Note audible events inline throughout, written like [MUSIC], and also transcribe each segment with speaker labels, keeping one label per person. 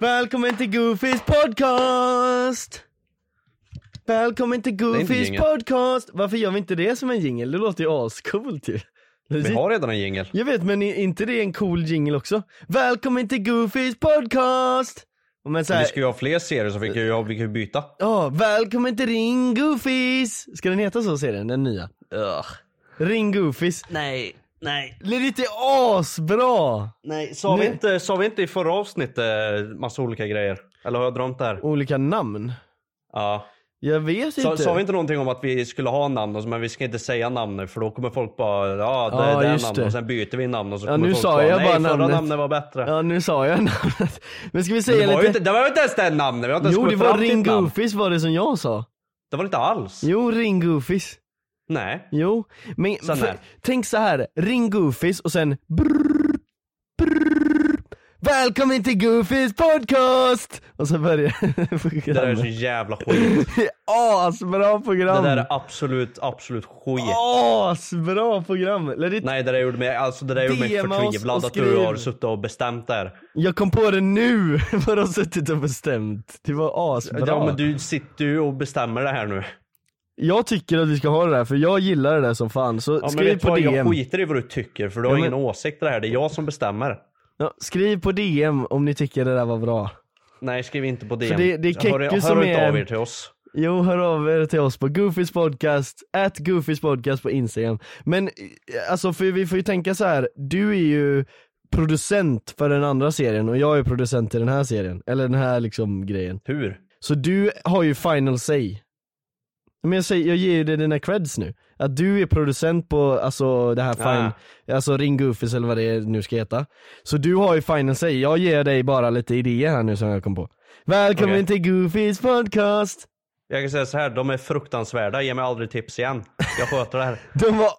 Speaker 1: Välkommen till Goofys podcast! Välkommen till Goofys
Speaker 2: jingle.
Speaker 1: podcast! Varför gör vi inte det som en jingel? Det låter ju ascoolt ju.
Speaker 2: Vi har redan en jingel.
Speaker 1: Jag vet men är inte det en cool jingel också? Välkommen till Goofys podcast! Och Men så
Speaker 2: Vi
Speaker 1: här,
Speaker 2: ska ju ha fler serier så vi kan ju, ha- vi kan ju byta.
Speaker 1: Ja, välkommen till Ring Goofies! Ska den heta så serien, den nya?
Speaker 3: Ugh.
Speaker 1: Ring Goofies.
Speaker 3: Nej, nej,
Speaker 1: Det är lite asbra!
Speaker 3: nej.
Speaker 2: Sa
Speaker 3: Sa
Speaker 2: vi, inte, sa vi inte i förra avsnittet eh, massa olika grejer? Eller har jag drömt det här?
Speaker 1: Olika namn.
Speaker 2: Ja.
Speaker 1: Jag vet
Speaker 2: Sa,
Speaker 1: inte.
Speaker 2: sa vi inte någonting om att vi skulle ha namn och så, men vi ska inte säga namn nu för då kommer folk bara ja det
Speaker 1: Ja,
Speaker 2: är det
Speaker 1: just
Speaker 2: namnet
Speaker 1: det.
Speaker 2: och sen byter vi namn och så
Speaker 1: Ja,
Speaker 2: kommer
Speaker 1: nu
Speaker 2: folk
Speaker 1: sa
Speaker 2: bara,
Speaker 1: jag
Speaker 2: nej
Speaker 1: bara
Speaker 2: förra
Speaker 1: namnet."
Speaker 2: namnet var bättre.
Speaker 1: Ja nu sa jag namnet. Men ska vi
Speaker 2: Men det,
Speaker 1: säga
Speaker 2: var ju
Speaker 1: lite?
Speaker 2: inte, det var ju inte ens det namnet, vi har inte ens
Speaker 1: Jo det
Speaker 2: kommit
Speaker 1: var
Speaker 2: fram till
Speaker 1: Ring
Speaker 2: ett namn.
Speaker 1: Goofies var det som jag sa.
Speaker 2: Det var det inte alls.
Speaker 1: Jo Ring Goofies.
Speaker 2: Nej.
Speaker 1: Jo. Men
Speaker 2: Sen
Speaker 1: för,
Speaker 2: här.
Speaker 1: tänk så här. Ring Goofies och sen brrr, brrr. Välkommen till Goofies podcast! Och så börjar [LAUGHS]
Speaker 2: Det där är så
Speaker 1: programmet.
Speaker 2: jävla skit.
Speaker 1: Det är asbra
Speaker 2: Det
Speaker 1: program!
Speaker 2: där är absolut, absolut skit.
Speaker 1: Asbra program! Eller det-
Speaker 2: Nej det där gjorde mig, alltså det där gjorde mig
Speaker 1: DM oss
Speaker 2: förtvivlad
Speaker 1: och
Speaker 2: att du har
Speaker 1: skriv.
Speaker 2: suttit och bestämt där.
Speaker 1: Jag kom på det nu, [LAUGHS] vad de suttit och bestämt. Det var asbra.
Speaker 2: Ja men du sitter ju och bestämmer det här nu.
Speaker 1: Jag tycker att vi ska ha det där, för jag gillar det där som fan. Så
Speaker 2: Ja, men
Speaker 1: skriv
Speaker 2: vet du
Speaker 1: på
Speaker 2: vad, jag
Speaker 1: DM.
Speaker 2: skiter i vad du tycker för du har
Speaker 1: Ja, men-
Speaker 2: ingen åsikt i det här, det är jag som bestämmer.
Speaker 1: Ja, skriv på DM om ni tycker det där var bra.
Speaker 2: Nej skriv inte på DM.
Speaker 1: För det- det är
Speaker 2: hör
Speaker 1: Keku som
Speaker 2: hör inte
Speaker 1: är-
Speaker 2: av er till oss.
Speaker 1: Jo, hör av er till oss på Goofys podcast, at Goofys podcast på Instagram. Men eh, alltså, för vi får ju tänka så här. du är ju producent för den andra serien och jag är producent till den här serien. Eller den här liksom grejen.
Speaker 2: Hur?
Speaker 1: Så du har ju final say. Men jag, säger, jag ger ju dig dina creds nu. Att du är producent på alltså det här fine,
Speaker 2: Ah.
Speaker 1: alltså Ring Goofies eller vad det nu ska heta. Så du har ju final say, jag ger dig bara lite idéer här nu som jag kom på. Välkommen
Speaker 2: Okej.
Speaker 1: till Goofies podcast!
Speaker 2: Jag kan säga så här, de är fruktansvärda, ge mig aldrig tips igen. Jag sköter det här.
Speaker 1: De var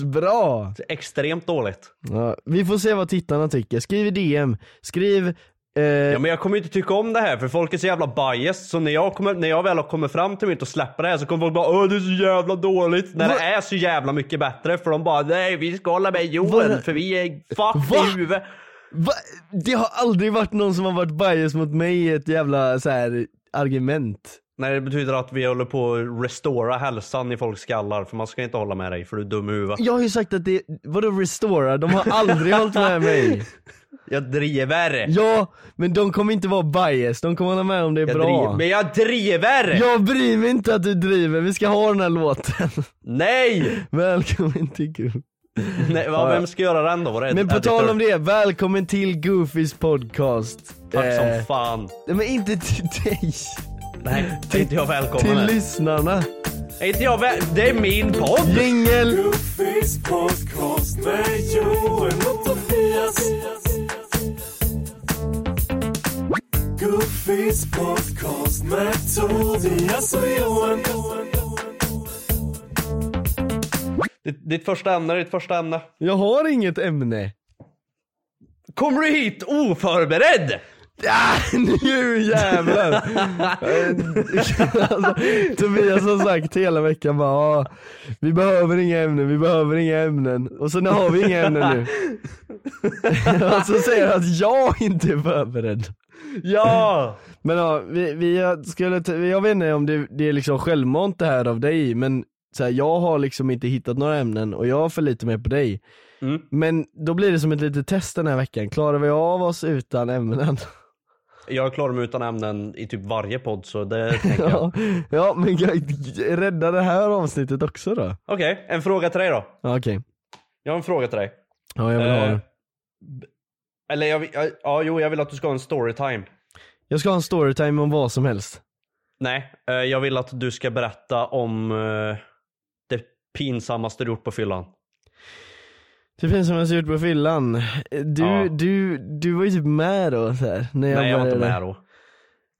Speaker 1: asbra!
Speaker 2: Det är extremt dåligt.
Speaker 1: Ja, vi får se vad tittarna tycker, skriv i DM, skriv eh,
Speaker 2: Ja, men jag kommer ju inte tycka om det här för folk är så jävla biased så när jag, kommer, när jag väl har kommit fram till mitt och släpper det här så kommer folk bara Åh det är så jävla dåligt. När
Speaker 1: Va-
Speaker 2: det är så jävla mycket bättre för de bara nej vi ska hålla med
Speaker 1: Vad-
Speaker 2: Joel för vi är fuck
Speaker 1: Va?
Speaker 2: i huvudet.
Speaker 1: Va? Det har aldrig varit någon som har varit bias mot mig i ett jävla så här argument.
Speaker 2: Nej det betyder att vi håller på att restora hälsan i folks skallar för man ska inte hålla med dig för du är dum i huvudet.
Speaker 1: Jag har ju sagt att det, vadå restora? De har aldrig hållit med
Speaker 2: [LAUGHS]
Speaker 1: mig.
Speaker 2: Jag driver!
Speaker 1: Ja, men de kommer inte vara bias, de kommer hålla med om det är
Speaker 2: Jag driver.
Speaker 1: bra.
Speaker 2: Men jag driver!
Speaker 1: Jag bryr mig inte att du driver, vi ska ha den här låten. [LAUGHS]
Speaker 2: Nej!
Speaker 1: Välkommen till Goofy.
Speaker 2: nej
Speaker 1: Ja,
Speaker 2: va,
Speaker 1: ja.
Speaker 2: vem ska göra den då? Var det
Speaker 1: Men på tal om
Speaker 2: editor?
Speaker 1: det, välkommen till Goofys podcast.
Speaker 2: Tack
Speaker 1: Eh,
Speaker 2: som fan.
Speaker 1: Nej men inte till dig.
Speaker 2: Nej, är inte jag välkommen
Speaker 1: Till
Speaker 2: här.
Speaker 1: lyssnarna.
Speaker 2: Är inte jag väl... Det är min podd!
Speaker 1: Jingel!
Speaker 4: Goofys podcast med Joel och Tobias. Goofys podcast med Tobias och Johan.
Speaker 2: Ditt, ditt första ämne, ditt första ämne.
Speaker 1: Jag har inget ämne.
Speaker 2: Kommer du hit oförberedd?
Speaker 1: Ah, [LAUGHS] nu jävlar! alltså, Tobias har sagt hela veckan bara ah, vi behöver inga ämnen, vi behöver inga ämnen. Och sen har vi inga ämnen nu. [LAUGHS] och så säger han att jag inte är förberedd.
Speaker 2: Ja!
Speaker 1: Men ja, vi, vi jag skulle, t- jag vet inte om det, det är liksom självmant det här av dig, men så här, jag har liksom inte hittat några ämnen och jag förlitar mig på dig.
Speaker 2: Mm.
Speaker 1: Men då blir det som ett litet test den här veckan, klarar vi av oss utan ämnen?
Speaker 2: [LAUGHS] Jag klarar mig utan ämnen i typ varje podd så det tänker [LAUGHS] jag.
Speaker 1: [LAUGHS] Ja, ja men jag- rädda det här avsnittet också då.
Speaker 2: Okej, en fråga till dig då.
Speaker 1: Ja, Okej,
Speaker 2: Jag har en fråga till dig.
Speaker 1: ja jag vill ha
Speaker 2: Eh,
Speaker 1: det.
Speaker 2: b- Eller jag, vill- jag, ja, jo, jag vill att du ska ha en storytime.
Speaker 1: Jag ska ha en storytime om vad som helst.
Speaker 2: Nej, eh, jag vill att du ska berätta om eh, det pinsammaste du gjort på fyllan.
Speaker 1: Det finns som jag har gjort på fyllan. Eh, Du,
Speaker 2: Ja.
Speaker 1: du, du var ju typ med då så här, när jag
Speaker 2: Nej, jag var inte
Speaker 1: började-
Speaker 2: med då.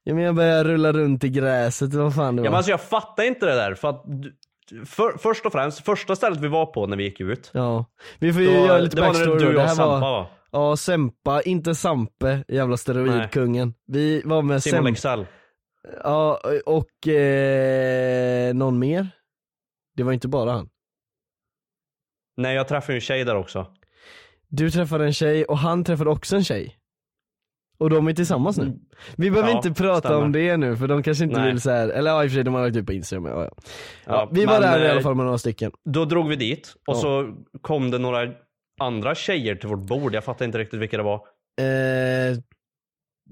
Speaker 1: Ja, men jag började rulla runt i gräset, vad fan det
Speaker 2: Ja,
Speaker 1: var.
Speaker 2: men alltså, jag fattar inte det där. För att, du- för, först och främst, första stället vi var på när vi gick ut.
Speaker 1: Ja, vi får ju
Speaker 2: Då,
Speaker 1: göra lite
Speaker 2: det var när
Speaker 1: backstory
Speaker 2: du
Speaker 1: då.
Speaker 2: och
Speaker 1: det här
Speaker 2: jag Sampa
Speaker 1: var,
Speaker 2: va?
Speaker 1: Ja, Sempa, inte Sampe, jävla steroidkungen. Vi var med
Speaker 2: Simon
Speaker 1: Sempa,
Speaker 2: Leksell.
Speaker 1: ja, och eh, någon mer? Det var inte bara han.
Speaker 2: Nej jag träffade ju en tjej där också.
Speaker 1: Du träffade en tjej och han träffade också en tjej. Och de är tillsammans nu. Vi behöver
Speaker 2: Ja,
Speaker 1: inte prata
Speaker 2: stämmer.
Speaker 1: om det nu för de kanske inte
Speaker 2: Nej.
Speaker 1: vill så här. eller ja, i och för sig de har lagt ut på instagram, ja, ja. Ja,
Speaker 2: Ja,
Speaker 1: Vi var
Speaker 2: men,
Speaker 1: där i
Speaker 2: eh,
Speaker 1: alla fall med några stycken.
Speaker 2: Då drog vi dit och så kom det några andra tjejer till vårt bord. Jag fattar inte riktigt vilka det var.
Speaker 1: Eh,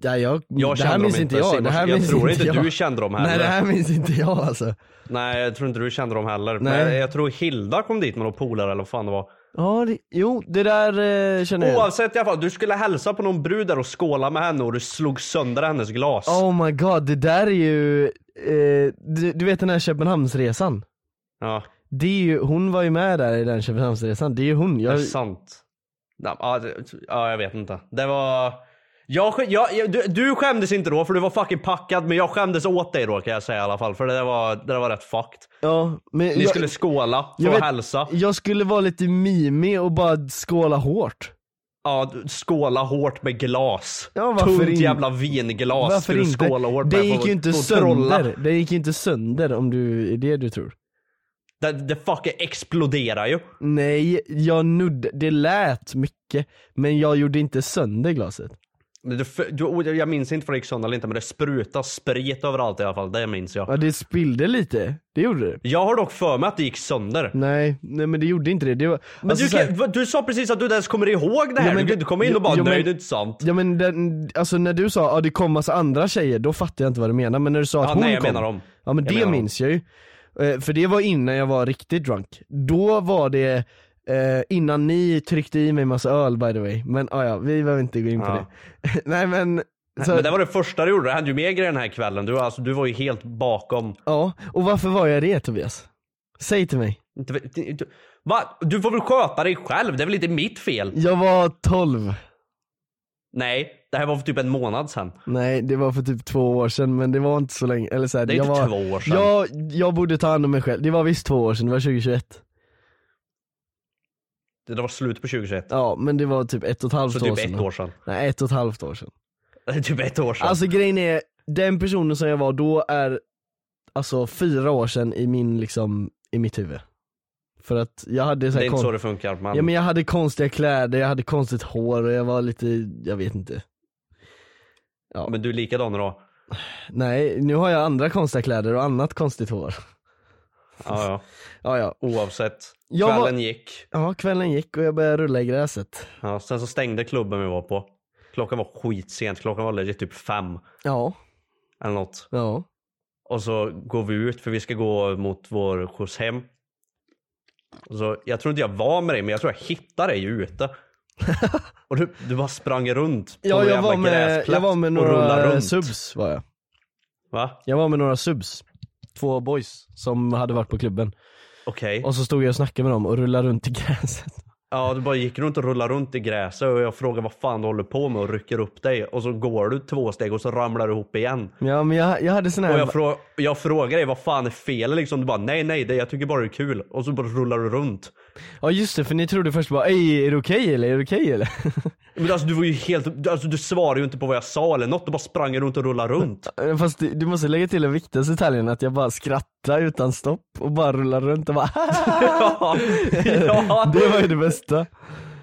Speaker 1: ja, jag,
Speaker 2: Jag
Speaker 1: det här
Speaker 2: kände
Speaker 1: minns
Speaker 2: dem
Speaker 1: inte jag,
Speaker 2: Simon,
Speaker 1: det här
Speaker 2: jag
Speaker 1: minns
Speaker 2: tror
Speaker 1: inte
Speaker 2: inte
Speaker 1: jag.
Speaker 2: du kände dem heller.
Speaker 1: Nej det här minns inte jag alltså.
Speaker 2: Nej, jag tror inte du kände dem heller. Men
Speaker 1: Nej.
Speaker 2: jag tror Hilda kom dit med någon polare eller vad fan det var.
Speaker 1: Ja, det, jo det där eh, känner jag igen.
Speaker 2: Oavsett i alla fall, du skulle hälsa på någon brud där och skåla med henne och du slog sönder hennes glas.
Speaker 1: Oh my god, det där är ju, eh, du, du vet den här Köpenhamnsresan?
Speaker 2: Ja,
Speaker 1: Det är ju, hon var ju med där i den Köpenhamnsresan, det är ju hon.
Speaker 2: det är
Speaker 1: Jag,
Speaker 2: sant. Ja, ja, det- ja, jag vet inte. Det var... Jag, sk- jag, jag, du, du skämdes inte då för du var fucking packad men jag skämdes åt dig då kan jag säga i alla fall för det där var, det där var rätt fucked.
Speaker 1: ja, men
Speaker 2: Ni
Speaker 1: jag,
Speaker 2: skulle skåla
Speaker 1: jag
Speaker 2: för att
Speaker 1: vet-
Speaker 2: hälsa.
Speaker 1: jag skulle vara lite mimig och bara skåla hårt.
Speaker 2: Ja, du- skåla hårt med glas.
Speaker 1: Ja, varför
Speaker 2: Tungt
Speaker 1: in-
Speaker 2: jävla vinglas
Speaker 1: Varför
Speaker 2: skulle du
Speaker 1: inte?
Speaker 2: skåla hårt
Speaker 1: Det
Speaker 2: med
Speaker 1: gick
Speaker 2: för
Speaker 1: ju
Speaker 2: att-
Speaker 1: inte
Speaker 2: för att trolla.
Speaker 1: sönder, det gick ju inte sönder om du, är det du tror.
Speaker 2: Det, det fucking exploderar ju.
Speaker 1: Nej, jag nuddade, det lät mycket men jag gjorde inte sönder glaset.
Speaker 2: Men Det, f- du, oh, jag minns inte för det gick sönder eller inte men det sprutade sprit överallt i alla fall, det minns jag.
Speaker 1: Ja det spillde lite, det gjorde det.
Speaker 2: Jag har dock för mig att det gick sönder.
Speaker 1: Nej, nej men det gjorde inte det. det var,
Speaker 2: Men
Speaker 1: alltså
Speaker 2: du,
Speaker 1: så här-
Speaker 2: kan, vad- du sa precis att du inte ens kommer ihåg det här,
Speaker 1: Ja, men
Speaker 2: du kan
Speaker 1: det-
Speaker 2: inte komma in och bara
Speaker 1: ja, men-
Speaker 2: nej det är inte sant.
Speaker 1: Ja men den, alltså när du sa att ah, det kom massa andra tjejer, då fattade jag inte vad du menar. Men när du sa att
Speaker 2: Ja,
Speaker 1: hon alltså-
Speaker 2: nej jag
Speaker 1: kom,
Speaker 2: menar dem.
Speaker 1: Ja men
Speaker 2: Jag
Speaker 1: det
Speaker 2: menar dem.
Speaker 1: minns jag ju. Eh, För det var innan jag var riktigt drunk. Då var det eh, innan ni tryckte i mig massa öl by the way. Men ah, ja, vi behöver inte gå in på
Speaker 2: Ja.
Speaker 1: det. [LAUGHS] nej men, så,
Speaker 2: Men det var det första du gjorde, det hände ju mer grejer den här kvällen. Du, alltså, du var ju helt bakom.
Speaker 1: ja. Och varför var jag det Tobias? Säg till mig.
Speaker 2: Inte- inte- Va? Du får väl sköta dig själv, det är väl inte mitt fel?
Speaker 1: Jag var 12.
Speaker 2: Nej, det här var för typ en månad sedan.
Speaker 1: Nej det var för typ två år sedan men det var inte så länge, eller så här,
Speaker 2: Det är
Speaker 1: jag
Speaker 2: inte
Speaker 1: var,
Speaker 2: två år sedan.
Speaker 1: Jag, jag borde ta hand om mig själv, det var visst två år sedan, det var 2021.
Speaker 2: Det där var slutet på 2021.
Speaker 1: Ja men det var typ ett och ett halvt
Speaker 2: Så
Speaker 1: år
Speaker 2: typ
Speaker 1: sedan.
Speaker 2: ett år sedan. [LAUGHS]
Speaker 1: Nej ett och ett halvt år sedan.
Speaker 2: Det är typ ett år sedan.
Speaker 1: Alltså grejen är, den personen som jag var då är alltså fyra år sedan i min liksom, i mitt huvud. För att jag hade så
Speaker 2: det
Speaker 1: här
Speaker 2: är inte
Speaker 1: kon-
Speaker 2: så det funkar. Man.
Speaker 1: Ja men jag hade konstiga kläder, jag hade konstigt hår och jag var lite, jag vet inte.
Speaker 2: men du är likadan idag.
Speaker 1: Nej, nu har jag andra konstiga kläder och annat konstigt hår.
Speaker 2: Ja, ja.
Speaker 1: Ja ja.
Speaker 2: Oavsett.
Speaker 1: Jag var-
Speaker 2: Kvällen gick.
Speaker 1: Ja kvällen gick och jag började rulla i gräset.
Speaker 2: Ja, sen så stängde klubben vi var på. Klockan var skitsent. Klockan var legit typ fem
Speaker 1: Ja,
Speaker 2: eller något.
Speaker 1: ja.
Speaker 2: Och så går vi ut för vi ska gå mot vår skjuts hem. Och så, jag tror inte jag var med dig men jag tror jag hittade
Speaker 1: [LAUGHS]
Speaker 2: dig ute. och du, du bara sprang runt på
Speaker 1: Ja
Speaker 2: någon
Speaker 1: jag
Speaker 2: jävla
Speaker 1: var, med,
Speaker 2: gräsplätt
Speaker 1: jag var med
Speaker 2: och rullade
Speaker 1: några
Speaker 2: runt.
Speaker 1: subs var jag.
Speaker 2: Va?
Speaker 1: Jag var med några subs. Två boys som hade varit på klubben.
Speaker 2: Okej.
Speaker 1: Och så stod jag och snackade med dem och rullade runt i gräset.
Speaker 2: Ja, du bara gick runt och rullade runt i gräset och jag frågar vad fan du håller på med och rycker upp dig och så går du två steg och så ramlar du ihop igen.
Speaker 1: Ja men jag, jag hade sån här,
Speaker 2: Och jag, frå- jag frågar dig vad fan är fel liksom. Du bara nej, nej, det, jag tycker bara det är kul. Och så bara rullar du runt.
Speaker 1: ja just det för ni trodde först bara Ej, är det okej eller? Är det okej eller?
Speaker 2: Men alltså du var ju helt, du- alltså, du svarade ju inte på vad jag sa eller något. Du bara sprang runt och
Speaker 1: [LAUGHS]
Speaker 2: rullade runt.
Speaker 1: [LAUGHS] Fast du, du måste lägga till den viktigaste detaljen att jag bara skrattar utan stopp och bara rullar runt och bara [LAUGHS]
Speaker 2: ja, [LAUGHS] ja.
Speaker 1: Det var ju det bästa.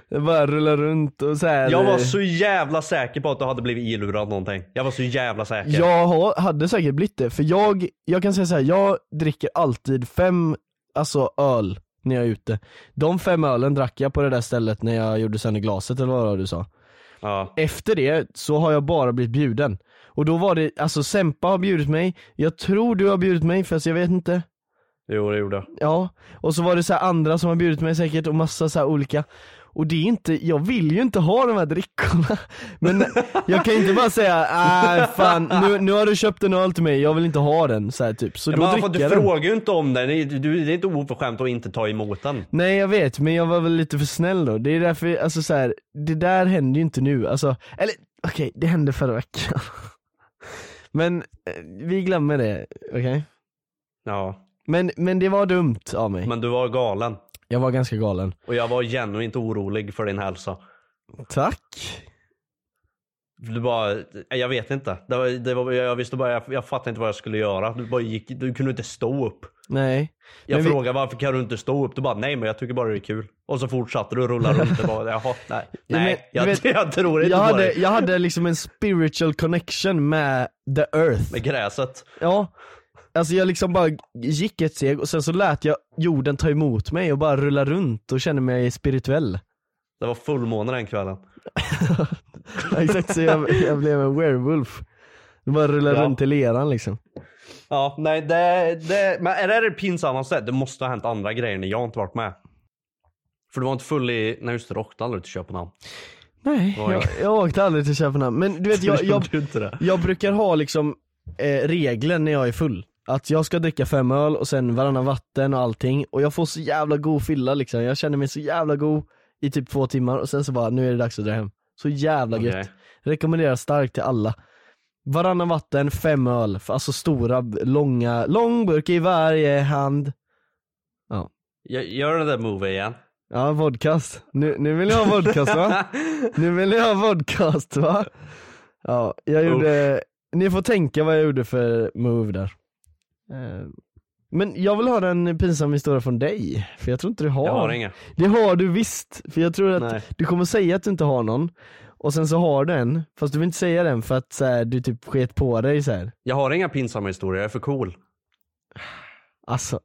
Speaker 1: Jag bara rullar runt och så här.
Speaker 2: Jag var
Speaker 1: eh,
Speaker 2: så jävla säker på att du hade blivit ilurad någonting. Jag var så jävla säker.
Speaker 1: Jag har- hade säkert blivit det, för jag, jag kan säga så här, jag dricker alltid fem alltså, öl när jag är ute. De fem ölen drack jag på det där stället när jag gjorde sönder glaset eller vad det var du sa.
Speaker 2: Ja.
Speaker 1: Efter det så har jag bara blivit bjuden. Och då var det, alltså Sempa har bjudit mig, jag tror du har bjudit mig fast jag vet inte.
Speaker 2: Jo, det gjorde jag.
Speaker 1: Ja, och så var det så här andra som har bjudit mig säkert och massa så här olika och det är inte, jag vill ju inte ha de här drickorna [LAUGHS] Men jag kan inte bara säga nej fan nu, nu har du köpt en öl till mig, jag vill inte ha den så här, typ Så
Speaker 2: Ja,
Speaker 1: då
Speaker 2: men
Speaker 1: dricker
Speaker 2: fan, du
Speaker 1: jag den
Speaker 2: frågar ju inte om den. Det är- du- Det är inte oförskämt att inte ta emot den.
Speaker 1: Nej jag vet, men jag var väl lite för snäll då Det är därför, alltså så här, det där hände ju inte nu alltså Eller okej, det hände förra veckan [LAUGHS] Men eh, vi glömmer det, okej?
Speaker 2: Ja.
Speaker 1: Men, men det var dumt av mig,
Speaker 2: Men du var galen.
Speaker 1: jag var ganska galen
Speaker 2: Och jag var genuint orolig för din hälsa.
Speaker 1: Tack
Speaker 2: Du bara, jag vet inte. Det var, det var, jag visste bara, jag, jag fattade inte vad jag skulle göra. Du bara gick, du kunde inte stå upp.
Speaker 1: Nej.
Speaker 2: Jag
Speaker 1: Men vi-
Speaker 2: frågade varför kan du inte stå upp? Du bara, nej men jag tycker bara det är kul. Och så fortsatte du rulla runt och bara, jaha, [LAUGHS] nej.
Speaker 1: men-
Speaker 2: Nej,
Speaker 1: du
Speaker 2: jag,
Speaker 1: vet-
Speaker 2: jag tror inte
Speaker 1: Jag
Speaker 2: på
Speaker 1: hade,
Speaker 2: dig.
Speaker 1: jag hade liksom en spiritual connection med the earth.
Speaker 2: Med gräset.
Speaker 1: Ja, alltså jag liksom bara gick ett steg och sen så lät jag jorden ta emot mig och bara rulla runt och kände mig spirituell.
Speaker 2: Det var fullmåne den kvällen.
Speaker 1: Exakt så jag, jag blev en werewolf. Jag bara rullade
Speaker 2: Ja.
Speaker 1: runt i leran liksom.
Speaker 2: Ja, nej det, det men är det det pinsammaste? Det måste ha hänt andra grejer när jag inte varit med. För du var inte full i, nej just det, du åkte aldrig till Köpenhamn.
Speaker 1: Nej,
Speaker 2: Oj.
Speaker 1: jag, jag åkte aldrig till Köpenhamn. Men du vet jag,
Speaker 2: [LAUGHS] Du
Speaker 1: jag,
Speaker 2: gjorde ju inte det.
Speaker 1: jag brukar ha liksom eh, regler när jag är full. Att jag ska dricka fem öl och sen varannan vatten och allting. Och jag får så jävla god fylla liksom. Jag känner mig så jävla god i typ två timmar och sen så bara, nu är det dags att dra hem. Så jävla gött.
Speaker 2: Okej.
Speaker 1: Rekommenderar starkt till alla. Varannan vatten, fem öl. För Alltså stora, b- långa, lång burk i varje hand.
Speaker 2: Jag- Gör den där movie igen.
Speaker 1: Ja, vodkast. Nu, nu vill jag ha vodkast
Speaker 2: [LAUGHS]
Speaker 1: va? Nu vill jag ha vodkast va? Ja, jag gjorde, ni får tänka vad jag gjorde för move där. Eh, Men jag vill höra en pinsam historia från dig, för jag tror inte du har.
Speaker 2: Jag har inga.
Speaker 1: Det har du visst, för jag tror att
Speaker 2: Nej.
Speaker 1: du kommer säga att du inte har någon, och sen så har du en, fast du vill inte säga den för att så här, du typ sket på dig så här.
Speaker 2: Jag har inga pinsamma historier, jag är för cool.
Speaker 1: Alltså.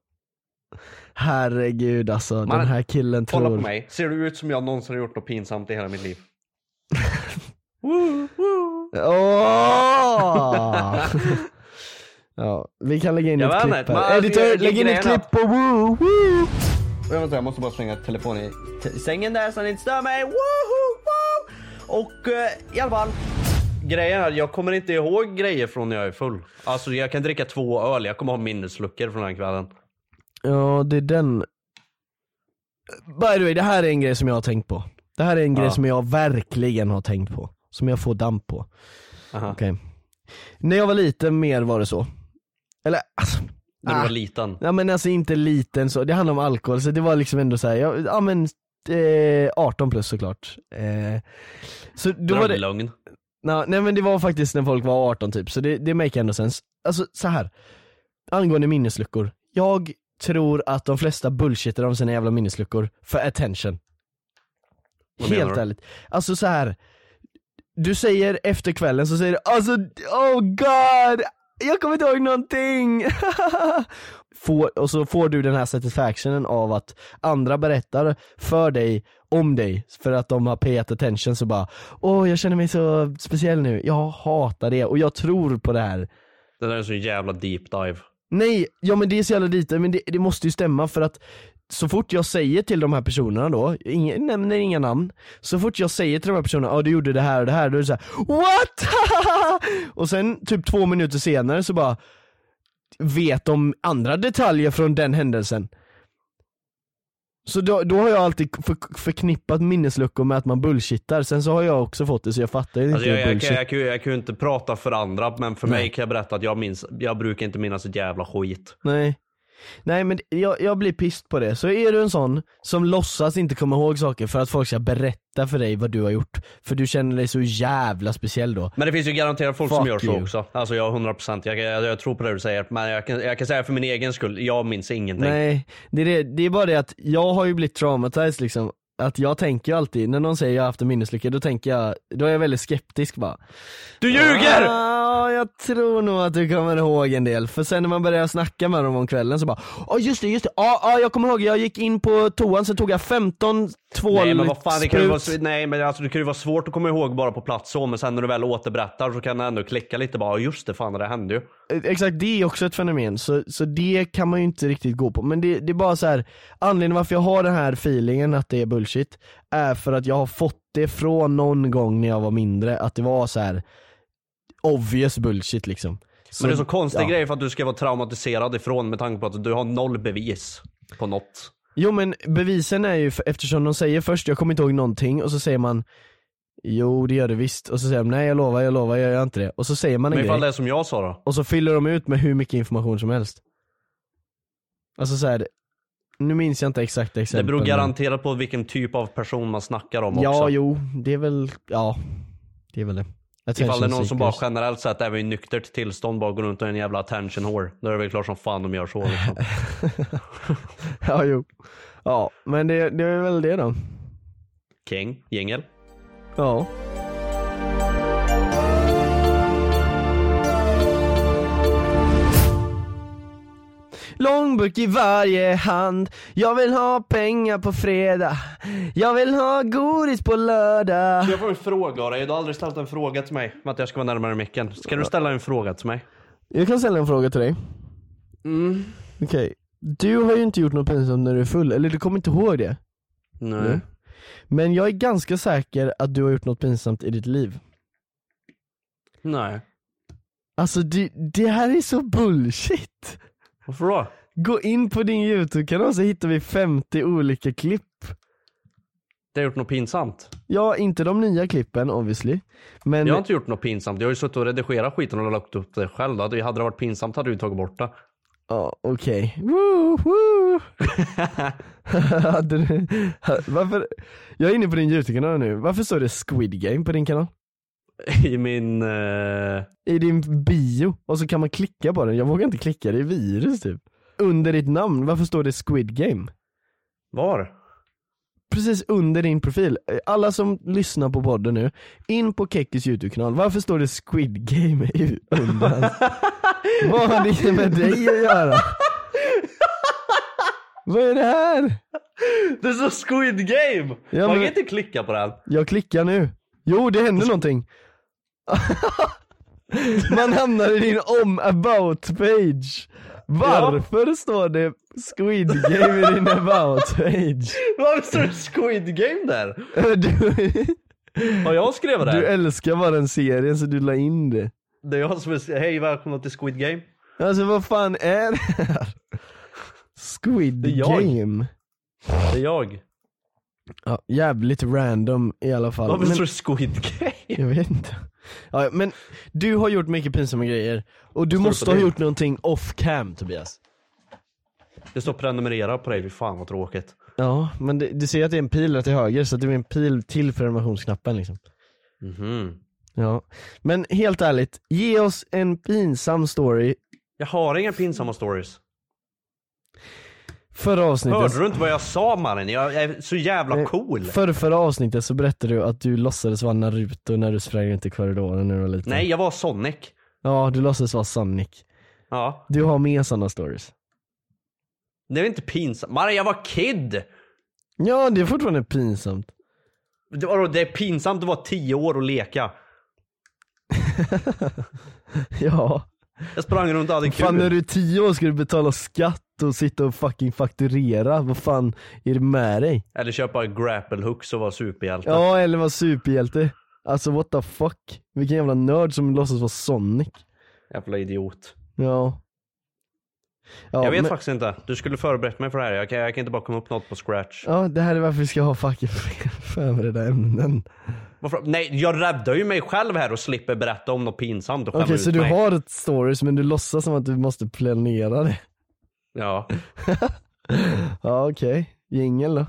Speaker 1: Herregud alltså, den här killen
Speaker 2: Kolla
Speaker 1: tror...
Speaker 2: på mig. Ser du ut som jag någonsin har gjort något pinsamt i hela mitt liv?
Speaker 1: Åh!
Speaker 2: [LAUGHS]
Speaker 1: ja, vi kan lägga in
Speaker 2: Jag
Speaker 1: ett
Speaker 2: vet
Speaker 1: klipp
Speaker 2: inte,
Speaker 1: här.
Speaker 2: men
Speaker 1: Editor,
Speaker 2: jag-
Speaker 1: lägg in ett
Speaker 2: grejen är-
Speaker 1: klipp på woo, woo!
Speaker 2: Och Jag, vänta, jag måste bara slänga telefonen i t- sängen där så den inte stör mig. Woho, wow! Och eh, i alla fall. Grejen är, jag kommer inte ihåg grejer från när jag är full. Alltså jag kan dricka två öl, jag kommer ha minnesluckor från den kvällen.
Speaker 1: Ja, det är den. By the way, det här är en grej som jag har tänkt på. Det här är en grej
Speaker 2: Ja.
Speaker 1: som jag verkligen har tänkt på. Som jag får damp på.
Speaker 2: Aha.
Speaker 1: Okej. När jag var liten mer var det så. Eller alltså,
Speaker 2: När du
Speaker 1: Ah.
Speaker 2: var liten.
Speaker 1: ja men alltså inte liten så, det handlar om alkohol så det var liksom ändå såhär, ja, ja men eh, 18 plus såklart. Eh, så då
Speaker 2: Då
Speaker 1: var
Speaker 2: var
Speaker 1: det,
Speaker 2: du lugn.
Speaker 1: Nå, nej men det var faktiskt när folk var 18 typ, så det, det make ändå sense. Alltså så här angående minnesluckor. Jag tror att de flesta bullshitar om sina jävla minnesluckor för attention.
Speaker 2: Vad menar
Speaker 1: Helt
Speaker 2: du?
Speaker 1: ärligt. Alltså så här du säger efter kvällen så säger du alltså oh god, jag kommer inte ihåg någonting. [LAUGHS] får, och så får du den här satisfactionen av att andra berättar för dig om dig för att de har payat attention så bara åh jag känner mig så speciell nu, jag hatar det och jag tror på det här.
Speaker 2: Det där är en sån jävla deep dive.
Speaker 1: Nej, ja men det är så jävla lite, men det, det måste ju stämma för att så fort jag säger till de här personerna då, inga, nämner inga namn, så fort jag säger till de här personerna ja du gjorde det här och det här, då är det så här, WHAT? [LAUGHS] och sen typ två minuter senare så bara vet de andra detaljer från den händelsen. Så då, då har jag alltid för, förknippat minnesluckor med att man bullshittar, sen så har jag också fått det så jag fattar ju inte
Speaker 2: Alltså jag,
Speaker 1: hur
Speaker 2: jag,
Speaker 1: bullshit.
Speaker 2: kan, jag, kan, ju- jag kan ju inte prata för andra men för
Speaker 1: Nej.
Speaker 2: mig kan jag berätta att jag minns, jag brukar inte minnas ett jävla skit.
Speaker 1: Nej. Nej men jag, jag blir pist på det. Så är du en sån som låtsas inte komma ihåg saker för att folk ska berätta för dig vad du har gjort. För du känner dig så jävla speciell då.
Speaker 2: Men det finns ju garanterat folk som
Speaker 1: Fuck
Speaker 2: gör så
Speaker 1: you.
Speaker 2: också. Alltså jag har 100%, jag, kan- jag, jag tror på det du säger. Men jag kan, jag kan säga för min egen skull, jag minns ingenting.
Speaker 1: Nej, det är, det, det är bara det att jag har ju blivit traumatized liksom. Att jag tänker ju alltid, när någon säger jag har haft en minneslucka, då tänker jag, då är jag väldigt skeptisk bara.
Speaker 2: Du ljuger!
Speaker 1: Ja, jag tror nog att du kommer ihåg en del. För sen när man börjar snacka med dem om kvällen så bara, ja just det, just det, ja ja, jag kommer ihåg, jag gick in på toan, sen tog jag 15 tvål
Speaker 2: Nej men vad fan, det kan ju vara, nej, men alltså, det kan ju vara svårt att komma ihåg bara på plats så, men sen när du väl återberättar så kan det ändå klicka lite bara, "Ja, just det fan det hände ju.
Speaker 1: Exakt, det är också ett fenomen, så, så det kan man ju inte riktigt gå på. Men det, det är bara så här. anledningen varför jag har den här feelingen att det är bullshit, är för att jag har fått det från någon gång när jag var mindre, att det var så här obvious bullshit liksom.
Speaker 2: Men det är så konstig
Speaker 1: ja.
Speaker 2: grej för att du ska vara traumatiserad ifrån med tanke på att du har noll bevis på något.
Speaker 1: Jo men bevisen är ju, för, eftersom de säger först jag kommer inte ihåg någonting, och så säger man Jo det gör det visst, och så säger de nej jag lovar, jag lovar, jag gör inte det. Och så säger man en
Speaker 2: Men
Speaker 1: grej.
Speaker 2: ifall det är som jag sa då?
Speaker 1: Och så fyller de ut med hur mycket information som helst. Alltså så här, nu minns jag inte exakt
Speaker 2: Det
Speaker 1: exempel.
Speaker 2: beror
Speaker 1: men-
Speaker 2: garanterat på vilken typ av person man snackar om också.
Speaker 1: Ja, jo, det är väl, ja. Det är väl det.
Speaker 2: Ifall det är någon som bara
Speaker 1: seekers.
Speaker 2: generellt sett även i nyktert tillstånd bara går runt och är en jävla attention whore. Då är det väl klart som fan de gör så. Liksom.
Speaker 1: [LAUGHS] Ja, jo. Ja, men det, det är väl det då.
Speaker 2: [LAUGHS] King, jingel.
Speaker 1: Ja. Långbok i varje hand Jag vill ha pengar på fredag Jag vill ha godis på lördag
Speaker 2: Jag får en fråga av dig. Du har aldrig ställt en fråga till mig. Med att jag ska vara närmare micken. Ska du ställa en fråga till mig?
Speaker 1: Jag kan ställa en fråga till dig
Speaker 2: Mm.
Speaker 1: Okej Du har ju inte gjort något pinsamt när du är full, eller du kommer inte ihåg det Mm.
Speaker 2: Nej.
Speaker 1: Men jag är ganska säker att du har gjort något pinsamt i ditt liv
Speaker 2: Nej.
Speaker 1: Alltså det, det här är så bullshit
Speaker 2: Varför då?
Speaker 1: Gå in på din youtube-kanal så hittar vi 50 olika klipp.
Speaker 2: Det har gjort något pinsamt.
Speaker 1: Ja, inte de nya klippen obviously. Men
Speaker 2: Jag har inte gjort något pinsamt. Jag har ju suttit och redigerat skiten och lagt upp det själv. Hade hade det varit pinsamt hade du ju tagit bort det.
Speaker 1: ja, okej. Woo, woo. [LAUGHS] Hade du- Varför? Jag är inne på din youtube-kanal nu. Varför står det Squid Game på din kanal?
Speaker 2: [LAUGHS] I min... eh,
Speaker 1: I din bio. Och så kan man klicka på den. Jag vågar inte klicka, det är virus typ. Under ditt namn, varför står det Squid Game?
Speaker 2: var?
Speaker 1: precis under din profil, Eh, alla som lyssnar på podden nu, in på Kekkis YouTube-kanal, varför står det Squid Game i- under hans? Vad har det med dig att göra? Vad är det här?
Speaker 2: Det är så Squid Game!
Speaker 1: Ja,
Speaker 2: Man
Speaker 1: men-
Speaker 2: kan inte klicka på den.
Speaker 1: Jag klickar nu. Jo, det
Speaker 2: Alltså-
Speaker 1: händer någonting. [LAUGHS] Man hamnar i din om about-page. Varför står det Squid Game i din about-page?
Speaker 2: Varför står det Squid Game där?
Speaker 1: Du,
Speaker 2: Har jag skrivit det?
Speaker 1: du älskar bara den serien så du la in det.
Speaker 2: Det är jag som är... Hej välkomna till Squid Game.
Speaker 1: Alltså vad fan är det här? Squid
Speaker 2: Det är jag.
Speaker 1: Game.
Speaker 2: Det är jag.
Speaker 1: Ja, jävligt random i alla fall.
Speaker 2: Varför
Speaker 1: Men,
Speaker 2: står det Squid Game?
Speaker 1: jag vet inte. Ja, men du har gjort mycket pinsamma grejer. Och du måste
Speaker 2: på
Speaker 1: ha
Speaker 2: det?
Speaker 1: gjort någonting off cam Tobias.
Speaker 2: Det står prenumerera på dig. Fy fan vad tråkigt.
Speaker 1: Ja, men det, du ser att det är en pil där till höger så att det är en pil till prenumerationsknappen liksom.
Speaker 2: Mhm.
Speaker 1: Ja, men helt ärligt, ge oss en pinsam story
Speaker 2: Jag har inga pinsamma stories.
Speaker 1: förra avsnittet.
Speaker 2: Hörde du inte vad jag sa mannen? Jag är så jävla cool.
Speaker 1: För förra avsnittet så berättade du att du låtsades vara Naruto när du sprang runt i korridoren när du var liten.
Speaker 2: Nej, jag var Sonic.
Speaker 1: Ja, du låtsades vara Sonic.
Speaker 2: Ja.
Speaker 1: Du har med sådana stories.
Speaker 2: Det är väl inte pinsamt? Mannen, jag var kid!
Speaker 1: Ja, det är fortfarande pinsamt. [LAUGHS]
Speaker 2: Det, var, det är pinsamt att vara tio år och leka.
Speaker 1: Ja.
Speaker 2: Jag sprang runt och hade kul.
Speaker 1: Fan när du är tio år ska du betala skatt och sitta och fucking fakturera. Vad fan är det med dig?
Speaker 2: Eller köpa grapple hooks och vara superhjälte. [LAUGHS]
Speaker 1: Ja, eller vara superhjälte. Alltså what the fuck. Vilken jävla nörd som låtsas vara Sonic.
Speaker 2: Jävla idiot.
Speaker 1: Ja. ja
Speaker 2: jag vet
Speaker 1: men-
Speaker 2: faktiskt inte. Du skulle förberett mig för det här. Jag kan, jag kan inte bara komma upp något på scratch.
Speaker 1: Ja, det här är varför vi ska ha fucking [LAUGHS] förberedda ämnen.
Speaker 2: Varför? Nej, jag räddar ju mig själv här och slipper berätta om något pinsamt och
Speaker 1: Okej,
Speaker 2: skämma
Speaker 1: så
Speaker 2: ut
Speaker 1: du
Speaker 2: mig.
Speaker 1: har ett stories men du låtsas som att du måste planera det.
Speaker 2: Ja.
Speaker 1: Ja, okej. Jingel då?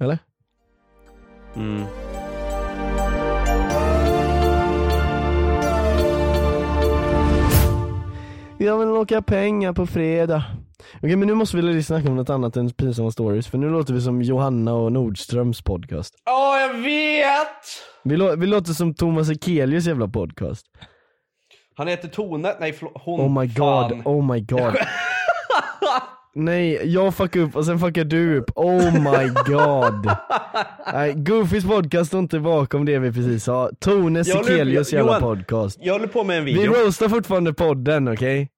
Speaker 1: Eller?
Speaker 2: Mm.
Speaker 1: Jag vill åka pengar på fredag. Okej men nu måste vi snacka om något annat än pinsamma stories för nu låter vi som Johanna och Nordströms podcast.
Speaker 2: Åh, jag vet!
Speaker 1: Vi, lå- vi låter som Thomas Ekelius jävla podcast.
Speaker 2: Han heter Tone. Nej, förlåt. Hon.
Speaker 1: Oh my god,
Speaker 2: Fan.
Speaker 1: oh my god. Nej, jag fuckar upp och sen fuckar du upp. Oh my god. Nej, Goofys podcast står inte bakom det vi precis sa. Tone
Speaker 2: Jag lurar-
Speaker 1: Sekelius jävla
Speaker 2: Johan,
Speaker 1: podcast.
Speaker 2: Jag håller på med en
Speaker 1: Vi
Speaker 2: video.
Speaker 1: roastar fortfarande podden, okej?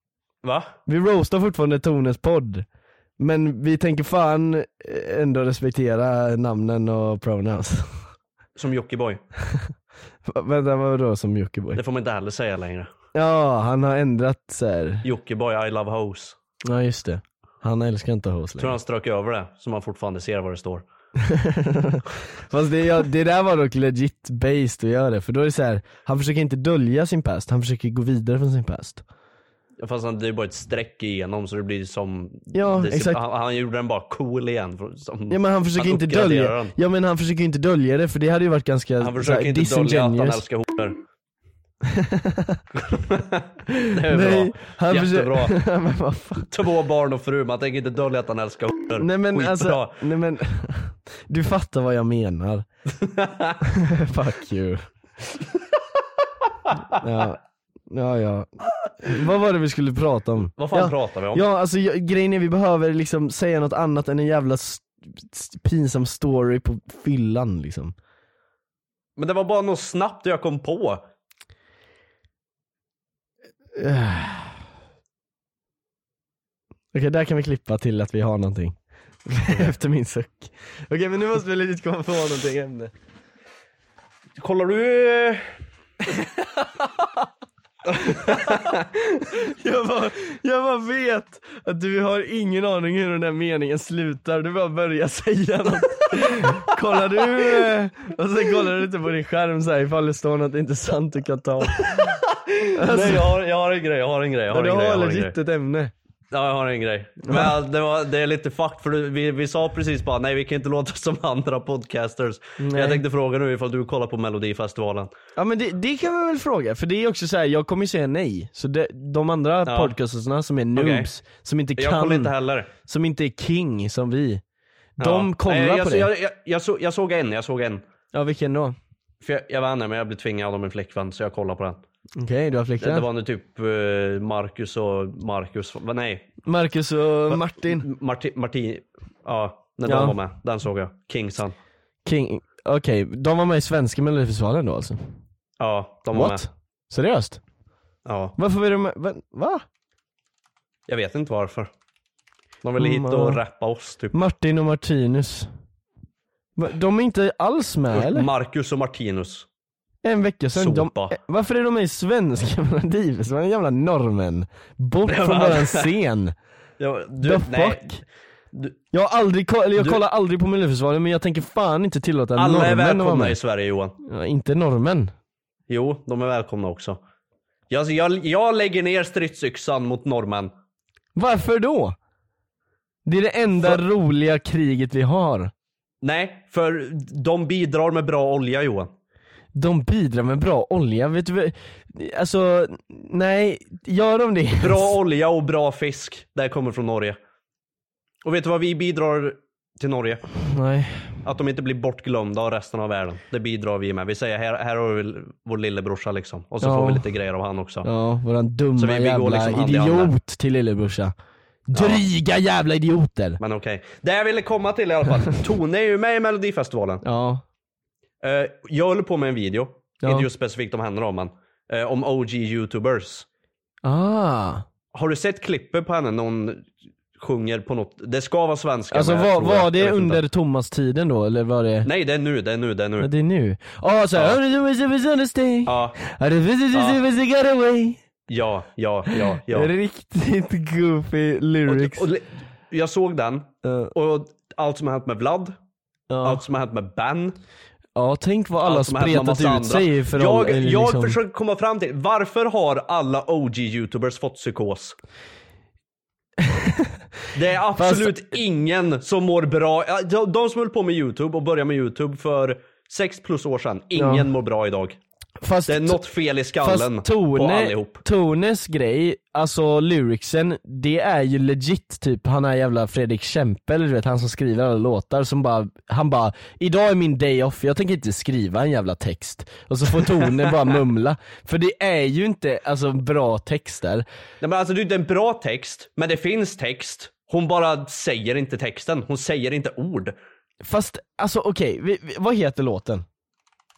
Speaker 2: Va?
Speaker 1: Vi roastar fortfarande Tones podd. Men vi tänker fan eh, ändå respektera namnen och pronouns. [LAUGHS]
Speaker 2: Som Jockiboi.
Speaker 1: Vänta, vad då som Jockiboi?
Speaker 2: Det får man inte heller säga längre.
Speaker 1: Ja, han har ändrat så här.
Speaker 2: Jockiboi, I love hoes.
Speaker 1: Ja, just det. Han älskar inte hoes
Speaker 2: Tror
Speaker 1: längre.
Speaker 2: han strök över det, så man fortfarande ser vad det står.
Speaker 1: Fast det, ja, det där var dock legit based att göra det, för då är det så här. han försöker inte dölja sin past, han försöker gå vidare från sin past.
Speaker 2: Fast han, det är bara ett streck igenom så det blir som...
Speaker 1: Ja,
Speaker 2: det ser-
Speaker 1: exakt.
Speaker 2: Han, han gjorde den bara cool igen. för- Som,
Speaker 1: Ja men han försöker inte
Speaker 2: uppgraderar
Speaker 1: dölja,
Speaker 2: den.
Speaker 1: ja men han försöker inte dölja det för det hade ju varit ganska
Speaker 2: Han
Speaker 1: så här,
Speaker 2: försöker inte dölja att han
Speaker 1: disingenuous.
Speaker 2: älskar horor.
Speaker 1: [LAUGHS]
Speaker 2: [LAUGHS] det är
Speaker 1: Nej,
Speaker 2: bra.
Speaker 1: han [LAUGHS]
Speaker 2: Jättebra.
Speaker 1: försöker... men vad fan.
Speaker 2: Två barn och fru, man tänker inte dölja att han älskar horor.
Speaker 1: Nej men
Speaker 2: Skitbra.
Speaker 1: alltså, nej men. [LAUGHS] Du fattar vad jag
Speaker 2: [LAUGHS]
Speaker 1: menar. Fuck you. ja. ja, ja. Vad var det vi skulle prata om?
Speaker 2: Vad fan
Speaker 1: ja.
Speaker 2: pratar vi om?
Speaker 1: Ja, alltså jag, grejen är vi behöver liksom säga något annat än en jävla s- s- pinsam story på fyllan liksom. [SIGHS]
Speaker 2: Men det var bara något snabbt jag kom på.
Speaker 1: Okej, där kan vi klippa till att vi har någonting. [LAUGHS] Efter min suck. Okej, men nu måste vi lite komma på någonting ämne.
Speaker 2: Kollar du...
Speaker 1: Jag bara, jag bara vet att du har ingen aning hur den där meningen slutar, du bara börjar säga
Speaker 2: [LAUGHS]
Speaker 1: något. kollar du, eh, och sen kollar du lite på din skärm så här, ifall det står något intressant du kan ta.
Speaker 2: Nej, jag har, jag har en grej, jag har en grej. Jag har
Speaker 1: Alltså- Du
Speaker 2: en grej,
Speaker 1: har
Speaker 2: jag har en grej.
Speaker 1: legit ett ämne.
Speaker 2: Ja, jag har en grej. Men alltså, det, var, det är lite fucked för du- vi, vi sa precis bara nej vi kan inte låta som andra podcasters.
Speaker 1: Nej.
Speaker 2: Jag tänkte fråga nu ifall du kollar på melodifestivalen.
Speaker 1: Ja men det, det kan man väl fråga, för det är också så här, jag kommer ju säga nej. Så det, de andra
Speaker 2: Ja.
Speaker 1: podcasterna som är noobs, som inte
Speaker 2: Jag kollar
Speaker 1: kan,
Speaker 2: inte heller.
Speaker 1: som inte är king som vi.
Speaker 2: Ja.
Speaker 1: De kollar
Speaker 2: Nej, jag,
Speaker 1: på det.
Speaker 2: Jag, jag, jag, såg, jag såg en, jag såg en.
Speaker 1: Ja vilken då?
Speaker 2: För jag, jag var inte men jag blev tvingad av min flickvän så jag kollade på den.
Speaker 1: Okej, du har
Speaker 2: Det,
Speaker 1: flickvän?
Speaker 2: det var nu typ eh, Marcus och Marcus, vad- nej,
Speaker 1: Marcus och Eh, Martin.
Speaker 2: Martin, Martin ja, när
Speaker 1: Ja.
Speaker 2: de var med. Den såg jag. Kingsan.
Speaker 1: King, okej, de var med i svenska melodifestivalen då alltså?
Speaker 2: Ja, de var
Speaker 1: What?
Speaker 2: med.
Speaker 1: Seriöst?
Speaker 2: Ja,
Speaker 1: Varför var de med? Va? va?
Speaker 2: jag vet inte varför. De ville
Speaker 1: Mm,
Speaker 2: hit och
Speaker 1: ja.
Speaker 2: rappa oss typ.
Speaker 1: Martin och Martinus. Va? De är inte alls med eller?
Speaker 2: Marcus och Martinus.
Speaker 1: En vecka sedan. De,
Speaker 2: Sopa.
Speaker 1: eh, varför är de med i svenska melodifestivalen? [LAUGHS] Jävla norrmän. Bort från våran scen.
Speaker 2: Ja, alltså, du,
Speaker 1: The
Speaker 2: nej,
Speaker 1: fuck?
Speaker 2: du-
Speaker 1: Jag, har aldrig, ko- eller jag
Speaker 2: Du-
Speaker 1: kollar aldrig på melodifestivalen men jag tänker fan inte tillåta
Speaker 2: alla
Speaker 1: norrmän
Speaker 2: är
Speaker 1: att vara
Speaker 2: välkomna i
Speaker 1: med.
Speaker 2: Sverige Johan.
Speaker 1: Ja, inte norrmän.
Speaker 2: Jo, de är välkomna också. Jag, jag, jag lägger ner stridsyxan mot norrmän.
Speaker 1: Varför då? Det är det enda roliga kriget vi har.
Speaker 2: Nej, för de bidrar med bra olja Johan.
Speaker 1: De bidrar med bra olja, vet du vad- Alltså, nej, gör de det? [LAUGHS]
Speaker 2: Bra olja och bra fisk. Det här kommer från Norge. Och vet du vad vi bidrar till Norge?
Speaker 1: Nej.
Speaker 2: Att de inte blir bortglömda av resten av världen. Det bidrar vi med. Vi säger här, här har vi vår lillebrorsa liksom. Och så
Speaker 1: Ja.
Speaker 2: får vi lite grejer av han också.
Speaker 1: Ja, våran dumma
Speaker 2: Så vi- vi går
Speaker 1: jävla
Speaker 2: liksom hand i hand där.
Speaker 1: idiot till lillebrorsa. Dryga jävla idioter.
Speaker 2: Men okej. Det jag ville komma till i
Speaker 1: [LAUGHS]
Speaker 2: alla fall. Tone är ju med i Melodifestivalen.
Speaker 1: Ja.
Speaker 2: Eh, jag håller på med en video,
Speaker 1: Ja.
Speaker 2: inte just specifikt om henne då, men eh, om OG YouTubers.
Speaker 1: Ah.
Speaker 2: Har du sett klippet på henne när hon sjunger på något? Det ska vara svenska.
Speaker 1: Alltså
Speaker 2: men
Speaker 1: var,
Speaker 2: jag tror-
Speaker 1: var
Speaker 2: jag
Speaker 1: det
Speaker 2: vet inte.
Speaker 1: under Thomas-tiden då, eller var det?
Speaker 2: Nej, det är nu, det är nu, det är
Speaker 1: Ja,
Speaker 2: nu.
Speaker 1: det är nu. Ah, såhär... Ja.
Speaker 2: Ja, ja, ja,
Speaker 1: [LAUGHS]
Speaker 2: ja. ja.
Speaker 1: Riktigt goofy lyrics.
Speaker 2: Och, och, jag såg den
Speaker 1: Eh,
Speaker 2: och allt som har hänt med Vlad,
Speaker 1: ja.
Speaker 2: allt som har hänt med Ben.
Speaker 1: ja, tänk vad alla
Speaker 2: allt som har hänt med
Speaker 1: spretat
Speaker 2: massa
Speaker 1: ut sig
Speaker 2: andra.
Speaker 1: för
Speaker 2: jag,
Speaker 1: eller
Speaker 2: jag
Speaker 1: liksom-
Speaker 2: försöker komma fram till, varför har alla OG-youtubers
Speaker 1: [LAUGHS]
Speaker 2: fått psykos? Det är absolut ingen som mår bra. Ja, De, de som höll på med youtube och började med youtube för 6 plus år sedan, ingen
Speaker 1: Ja.
Speaker 2: mår bra idag.
Speaker 1: Fast,
Speaker 2: Det är något fel i skallen
Speaker 1: fast Tone,
Speaker 2: på allihop.
Speaker 1: Tones grej, alltså lyricsen, det är ju legit typ han är jävla Fredrik Kempe eller du vet han som skriver alla låtar som bara, han bara Idag är min day off, jag tänker inte skriva en jävla text. Och så får Tone [LAUGHS] bara mumla. För det är ju inte alltså bra texter.
Speaker 2: Nej, men alltså, det är inte en bra text, men det finns text. Hon bara säger inte texten, hon säger inte ord.
Speaker 1: Fast alltså okej, vi- vi- vad heter låten?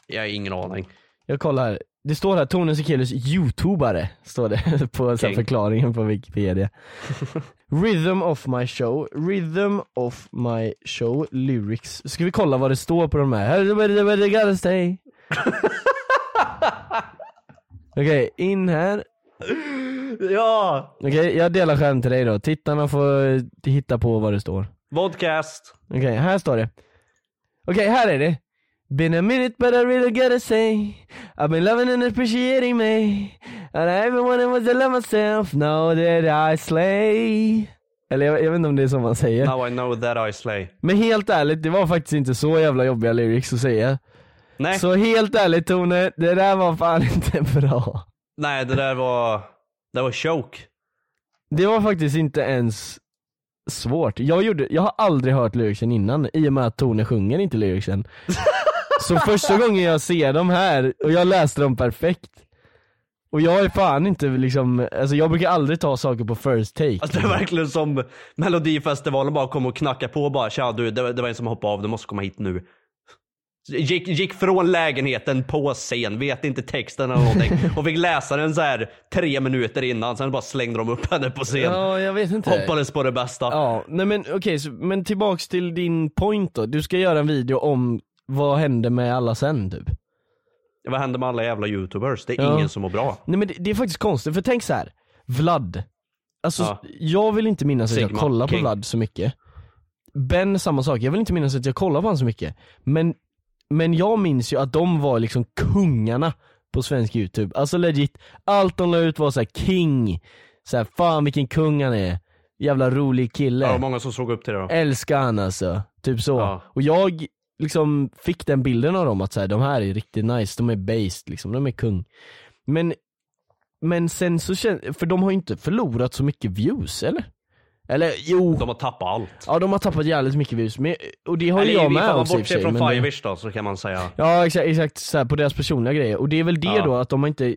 Speaker 2: Jag har ingen aning.
Speaker 1: Jag kollar, det står här Tone Sekelius youtubare, står det [LAUGHS] på så här
Speaker 2: King.
Speaker 1: förklaringen på wikipedia Rhythm of my show, rhythm of my show, lyrics Ska vi kolla vad det står på de här? gotta stay Okej, in här
Speaker 2: Ja!
Speaker 1: Okej, jag delar skärm till dig då, tittarna får eh, hitta på vad det står
Speaker 2: Vodcast.
Speaker 1: Okej, här står det. Okej, här är det. Been a minute but I really gotta say I've been loving and appreciating me And everyone was to love myself, know that I slay. Eller jag, jag vet inte om det är så man säger.
Speaker 2: Now I know that I slay.
Speaker 1: Men helt ärligt, det var faktiskt inte så jävla jobbiga lyrics att säga.
Speaker 2: Nej,
Speaker 1: Så helt ärligt Tone, det där var fan [LAUGHS] inte bra.
Speaker 2: nej det där var... Det var choke.
Speaker 1: Det var faktiskt inte ens svårt. Jag, gjorde, jag har aldrig hört lyricsen innan i och med att Tone sjunger inte lyricsen. Så första gången jag ser dem här, och jag läste dem perfekt. Och jag är fan inte liksom, alltså jag brukar aldrig ta saker på first take.
Speaker 2: Alltså det är verkligen som Melodifestivalen bara kom och knackade på och bara tja du, det, var- det var en som hoppade av, du måste komma hit nu. Gick, gick från lägenheten på scen, vet inte texten eller någonting. Och fick läsa den så här tre minuter innan, sen bara slängde de upp henne på scen.
Speaker 1: Ja, jag vet inte.
Speaker 2: Hoppades på det bästa.
Speaker 1: Ja, nej men okej, så- men tillbaks till din point då. Du ska göra en video om vad hände med alla sen typ.
Speaker 2: Vad händer med alla jävla youtubers? Det är
Speaker 1: Ja.
Speaker 2: ingen som mår bra.
Speaker 1: Nej men det, det är faktiskt konstigt, för tänk så här. Vlad. Alltså
Speaker 2: Ja.
Speaker 1: jag vill inte minnas att jag
Speaker 2: Sigma
Speaker 1: kollar på
Speaker 2: King.
Speaker 1: Vlad så mycket. Ben samma sak, jag vill inte minnas att jag kollar på honom så mycket. Men, men jag minns ju att de var liksom kungarna på svensk youtube. Alltså legit, allt de la ut var så här king. Så här, fan vilken kung han är. Jävla rolig kille.
Speaker 2: Ja, det var många som såg upp till det då.
Speaker 1: Älskar han alltså. Typ så.
Speaker 2: Ja.
Speaker 1: Och jag liksom fick den bilden av dem att så här, de här är riktigt nice, de är based liksom, de är kung. Men, men sen så känns, för de har ju inte förlorat så mycket views eller? Eller jo,
Speaker 2: De har tappat allt.
Speaker 1: ja de har tappat jävligt mycket views, men, och det har
Speaker 2: Eller
Speaker 1: ju jag
Speaker 2: ifall
Speaker 1: med
Speaker 2: man
Speaker 1: också i och för
Speaker 2: bortser
Speaker 1: sig.
Speaker 2: från
Speaker 1: men det-
Speaker 2: Fivish då så kan man säga.
Speaker 1: Ja exakt, exakt så här, på deras personliga grejer. Och det är väl det
Speaker 2: Ja.
Speaker 1: då att de har inte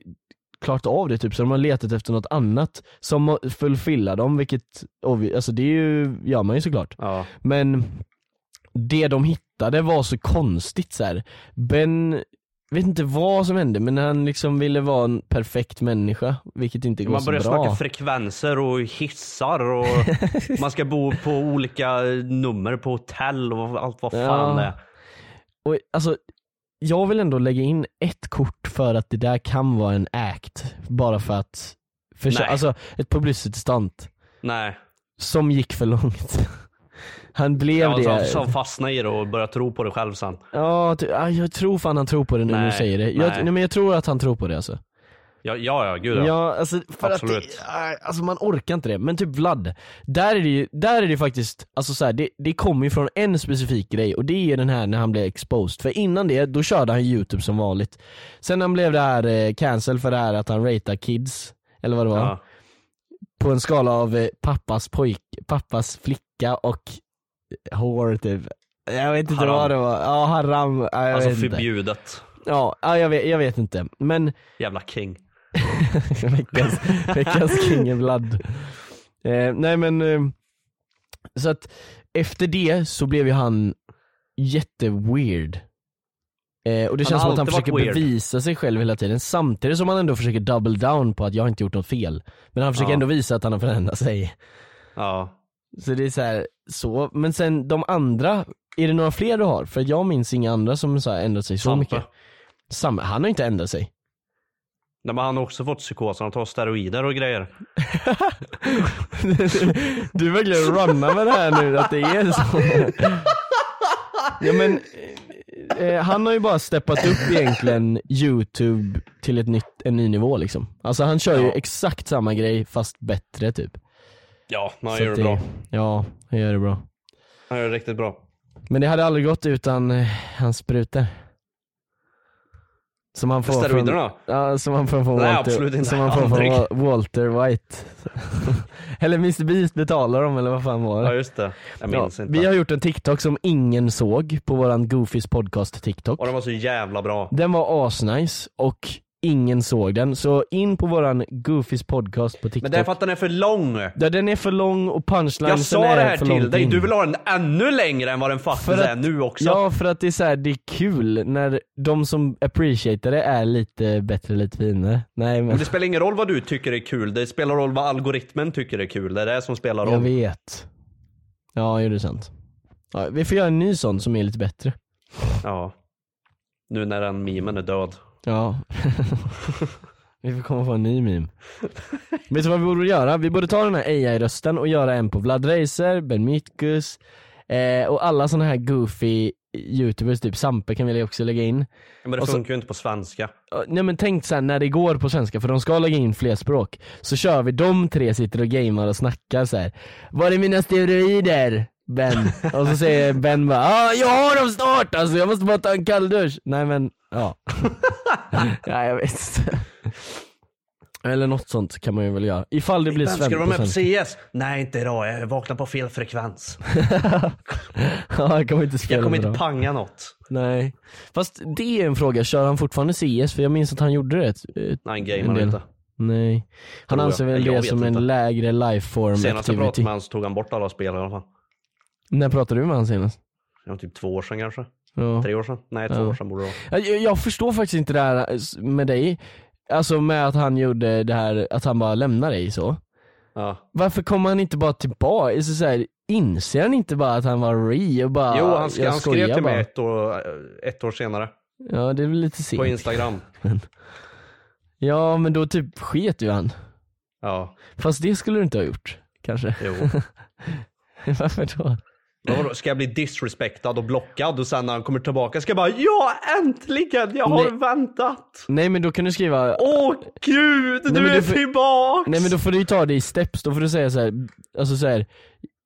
Speaker 1: klarat av det typ, så de har letat efter något annat som fullfillar dem, vilket, obvi- alltså det är ju, gör man ju såklart.
Speaker 2: Ja.
Speaker 1: Men det de hittade var så konstigt så här. Ben, vet inte vad som hände men han liksom ville vara en perfekt människa, vilket inte går
Speaker 2: Man
Speaker 1: så
Speaker 2: börjar
Speaker 1: bra.
Speaker 2: snacka frekvenser och hissar och
Speaker 1: [LAUGHS]
Speaker 2: man ska bo på olika eh, nummer på hotell och allt vad fan
Speaker 1: Ja.
Speaker 2: det är.
Speaker 1: Och, alltså, jag vill ändå lägga in ett kort för att det där kan vara en act, bara för att försöka,
Speaker 2: Nej.
Speaker 1: alltså ett publicity stunt
Speaker 2: Nej.
Speaker 1: som gick för långt. [LAUGHS] Han blev
Speaker 2: Ja, alltså,
Speaker 1: det.
Speaker 2: som, som fastnar i det och börjar tro på det själv sen.
Speaker 1: Ja, ty- ah, jag tror fan han tror på det nu när du
Speaker 2: Nej,
Speaker 1: säger det. Jag,
Speaker 2: nej.
Speaker 1: nej. men jag tror att han tror på det alltså.
Speaker 2: Ja, ja, ja gud ja.
Speaker 1: Ja, alltså för
Speaker 2: Absolut.
Speaker 1: att det, äh, alltså man orkar inte det. Men typ Vlad, där är det ju, där är det faktiskt, alltså så här, det, det kommer ju från en specifik grej och det är den här när han blev exposed. För innan det, då körde han youtube som vanligt. Sen när han blev det här eh, cancel för det här att han ratear kids, eller vad det var,
Speaker 2: Ja.
Speaker 1: på en skala av eh, pappas pojk, pappas flicka och hår typ. Jag vet inte
Speaker 2: Haram.
Speaker 1: vad det var, ja haram, ja, jag
Speaker 2: Alltså
Speaker 1: vet inte.
Speaker 2: förbjudet.
Speaker 1: Ja, ja jag, vet, jag vet inte. Men
Speaker 2: Jävla king.
Speaker 1: [LAUGHS] veckans, veckans King of Blood. Eh, nej men, eh, så att efter det så blev ju han jätteweird. Eh, och det
Speaker 2: har
Speaker 1: känns som att han
Speaker 2: alltid varit
Speaker 1: försöker
Speaker 2: weird.
Speaker 1: bevisa sig själv hela tiden samtidigt som han ändå försöker double down på att jag har inte gjort något fel. Men han försöker
Speaker 2: Ja.
Speaker 1: ändå visa att han har förändrat sig.
Speaker 2: Ja.
Speaker 1: Så det är så här, så. Men sen de andra, är det några fler du har? För jag minns inga andra som så här ändrat sig så
Speaker 2: Sampe.
Speaker 1: mycket. Sam, han har inte ändrat sig.
Speaker 2: Nej, men han har också fått psykosen, han tar steroider och grejer.
Speaker 1: Du verkligen runnar med det här nu, att det är så. Ja men, eh, han har ju bara steppat upp egentligen youtube till ett nytt, en ny nivå liksom. Alltså han kör ju
Speaker 2: Ja.
Speaker 1: exakt samma grej fast bättre typ.
Speaker 2: Ja, men han
Speaker 1: Så
Speaker 2: gör
Speaker 1: att
Speaker 2: det bra.
Speaker 1: Ja, han gör det bra.
Speaker 2: Han gör det riktigt bra.
Speaker 1: Men det hade aldrig gått utan eh, hans sprutor. Som han får från-
Speaker 2: Steroiderna?
Speaker 1: Ja, som han får från
Speaker 2: Nej,
Speaker 1: Walter,
Speaker 2: absolut inte.
Speaker 1: Som han får från
Speaker 2: Aldrig.
Speaker 1: Wa- Walter White. [LAUGHS] eller Mr Beast betalar dem eller vad fan var det?
Speaker 2: Ja just det. Jag minns
Speaker 1: Ja,
Speaker 2: inte.
Speaker 1: Vi har gjort en TikTok som ingen såg på våran Goofys podcast TikTok.
Speaker 2: Och den var så jävla bra.
Speaker 1: Den var asnice och ingen såg den. Så in på våran Goofys podcast på TikTok.
Speaker 2: Men det är för att den är för lång.
Speaker 1: Ja, den är för lång och punchlinesen
Speaker 2: Jag sa det
Speaker 1: är
Speaker 2: här
Speaker 1: för långt
Speaker 2: till dig,
Speaker 1: in.
Speaker 2: du vill ha den ännu längre än vad den faktiskt
Speaker 1: För att-
Speaker 2: är nu också.
Speaker 1: Ja för att det är så här, det är kul när de som appreciatar det är lite bättre, lite finare. Nej men,
Speaker 2: Men det spelar ingen roll vad du tycker är kul, det spelar roll vad algoritmen tycker är kul. Det är det som spelar
Speaker 1: jag
Speaker 2: roll.
Speaker 1: vet. Ja jo det är sant. Ja, vi får göra en ny sån som är lite bättre.
Speaker 2: Ja. Nu när den memen är död.
Speaker 1: Ja. [LAUGHS] vi får komma på en ny meme. Vet du vad vi borde göra? Vi borde ta den här AI-rösten och göra en på Vlad Reiser, Ben Mitkus eh, och alla såna här goofy youtubers, typ Sampe kan vi också lägga in.
Speaker 2: Men det
Speaker 1: Och så-
Speaker 2: funkar ju inte på svenska.
Speaker 1: Ja, Nej men tänk sen när det går på svenska, för de ska lägga in fler språk Så kör vi, de tre sitter och gamer och snackar så här. Var är mina steroider? Ben. Och så säger Ben bara ah, jag har dem snart alltså, jag måste bara ta en kalldusch. Nej men,
Speaker 2: [LAUGHS]
Speaker 1: ja. Nej jag vet inte. Eller något sånt kan man ju väl göra. Ifall det blir
Speaker 2: Vem ska
Speaker 1: svensk
Speaker 2: du vara med på CS? Nej, inte idag. Jag vaknar på fel frekvens.
Speaker 1: [LAUGHS] Ja, jag kommer inte spela
Speaker 2: Jag kommer
Speaker 1: bra.
Speaker 2: inte panga något.
Speaker 1: Nej. Fast det är en fråga, kör han fortfarande CS? För jag minns att han gjorde det. ett-
Speaker 2: Nej, han
Speaker 1: en
Speaker 2: gamer
Speaker 1: del.
Speaker 2: inte.
Speaker 1: Nej. Han
Speaker 2: Tror jag.
Speaker 1: anser väl
Speaker 2: Jag
Speaker 1: det
Speaker 2: vet
Speaker 1: som
Speaker 2: inte.
Speaker 1: en lägre lifeform
Speaker 2: Senast jag pratade
Speaker 1: activity.
Speaker 2: med honom så tog han bort alla spel i alla fall.
Speaker 1: När pratade du med han senast?
Speaker 2: Det var typ två år sedan kanske.
Speaker 1: Ja.
Speaker 2: Tre år sedan? Nej, två år sedan borde det vara.
Speaker 1: Jag, jag förstår faktiskt inte det här eh, med dig. Alltså med att han gjorde det här, att han bara lämnar dig så.
Speaker 2: Ja.
Speaker 1: Varför kommer han inte bara tillbaka? Alltså, Så så här, inser han inte bara att han var re och bara
Speaker 2: Jo, han, sk-
Speaker 1: jag
Speaker 2: han skrev
Speaker 1: skojar
Speaker 2: till mig
Speaker 1: bara.
Speaker 2: ett år, ett år senare.
Speaker 1: Ja det är väl lite
Speaker 2: På
Speaker 1: sent.
Speaker 2: Instagram.
Speaker 1: Ja men då typ sket ju han.
Speaker 2: Ja,
Speaker 1: Fast det skulle du inte ha gjort. Kanske. [LAUGHS]
Speaker 2: jo.
Speaker 1: Varför då?
Speaker 2: Vadå, Ska jag bli disrespectad och blockad och sen när han kommer tillbaka ska jag bara Ja äntligen! Jag har
Speaker 1: Nej.
Speaker 2: väntat!
Speaker 1: Nej men då kan du skriva
Speaker 2: Åh gud,
Speaker 1: men
Speaker 2: du är
Speaker 1: du får-
Speaker 2: tillbaks!
Speaker 1: Nej men då får du ju ta det i steps, då får du säga så här, alltså så här.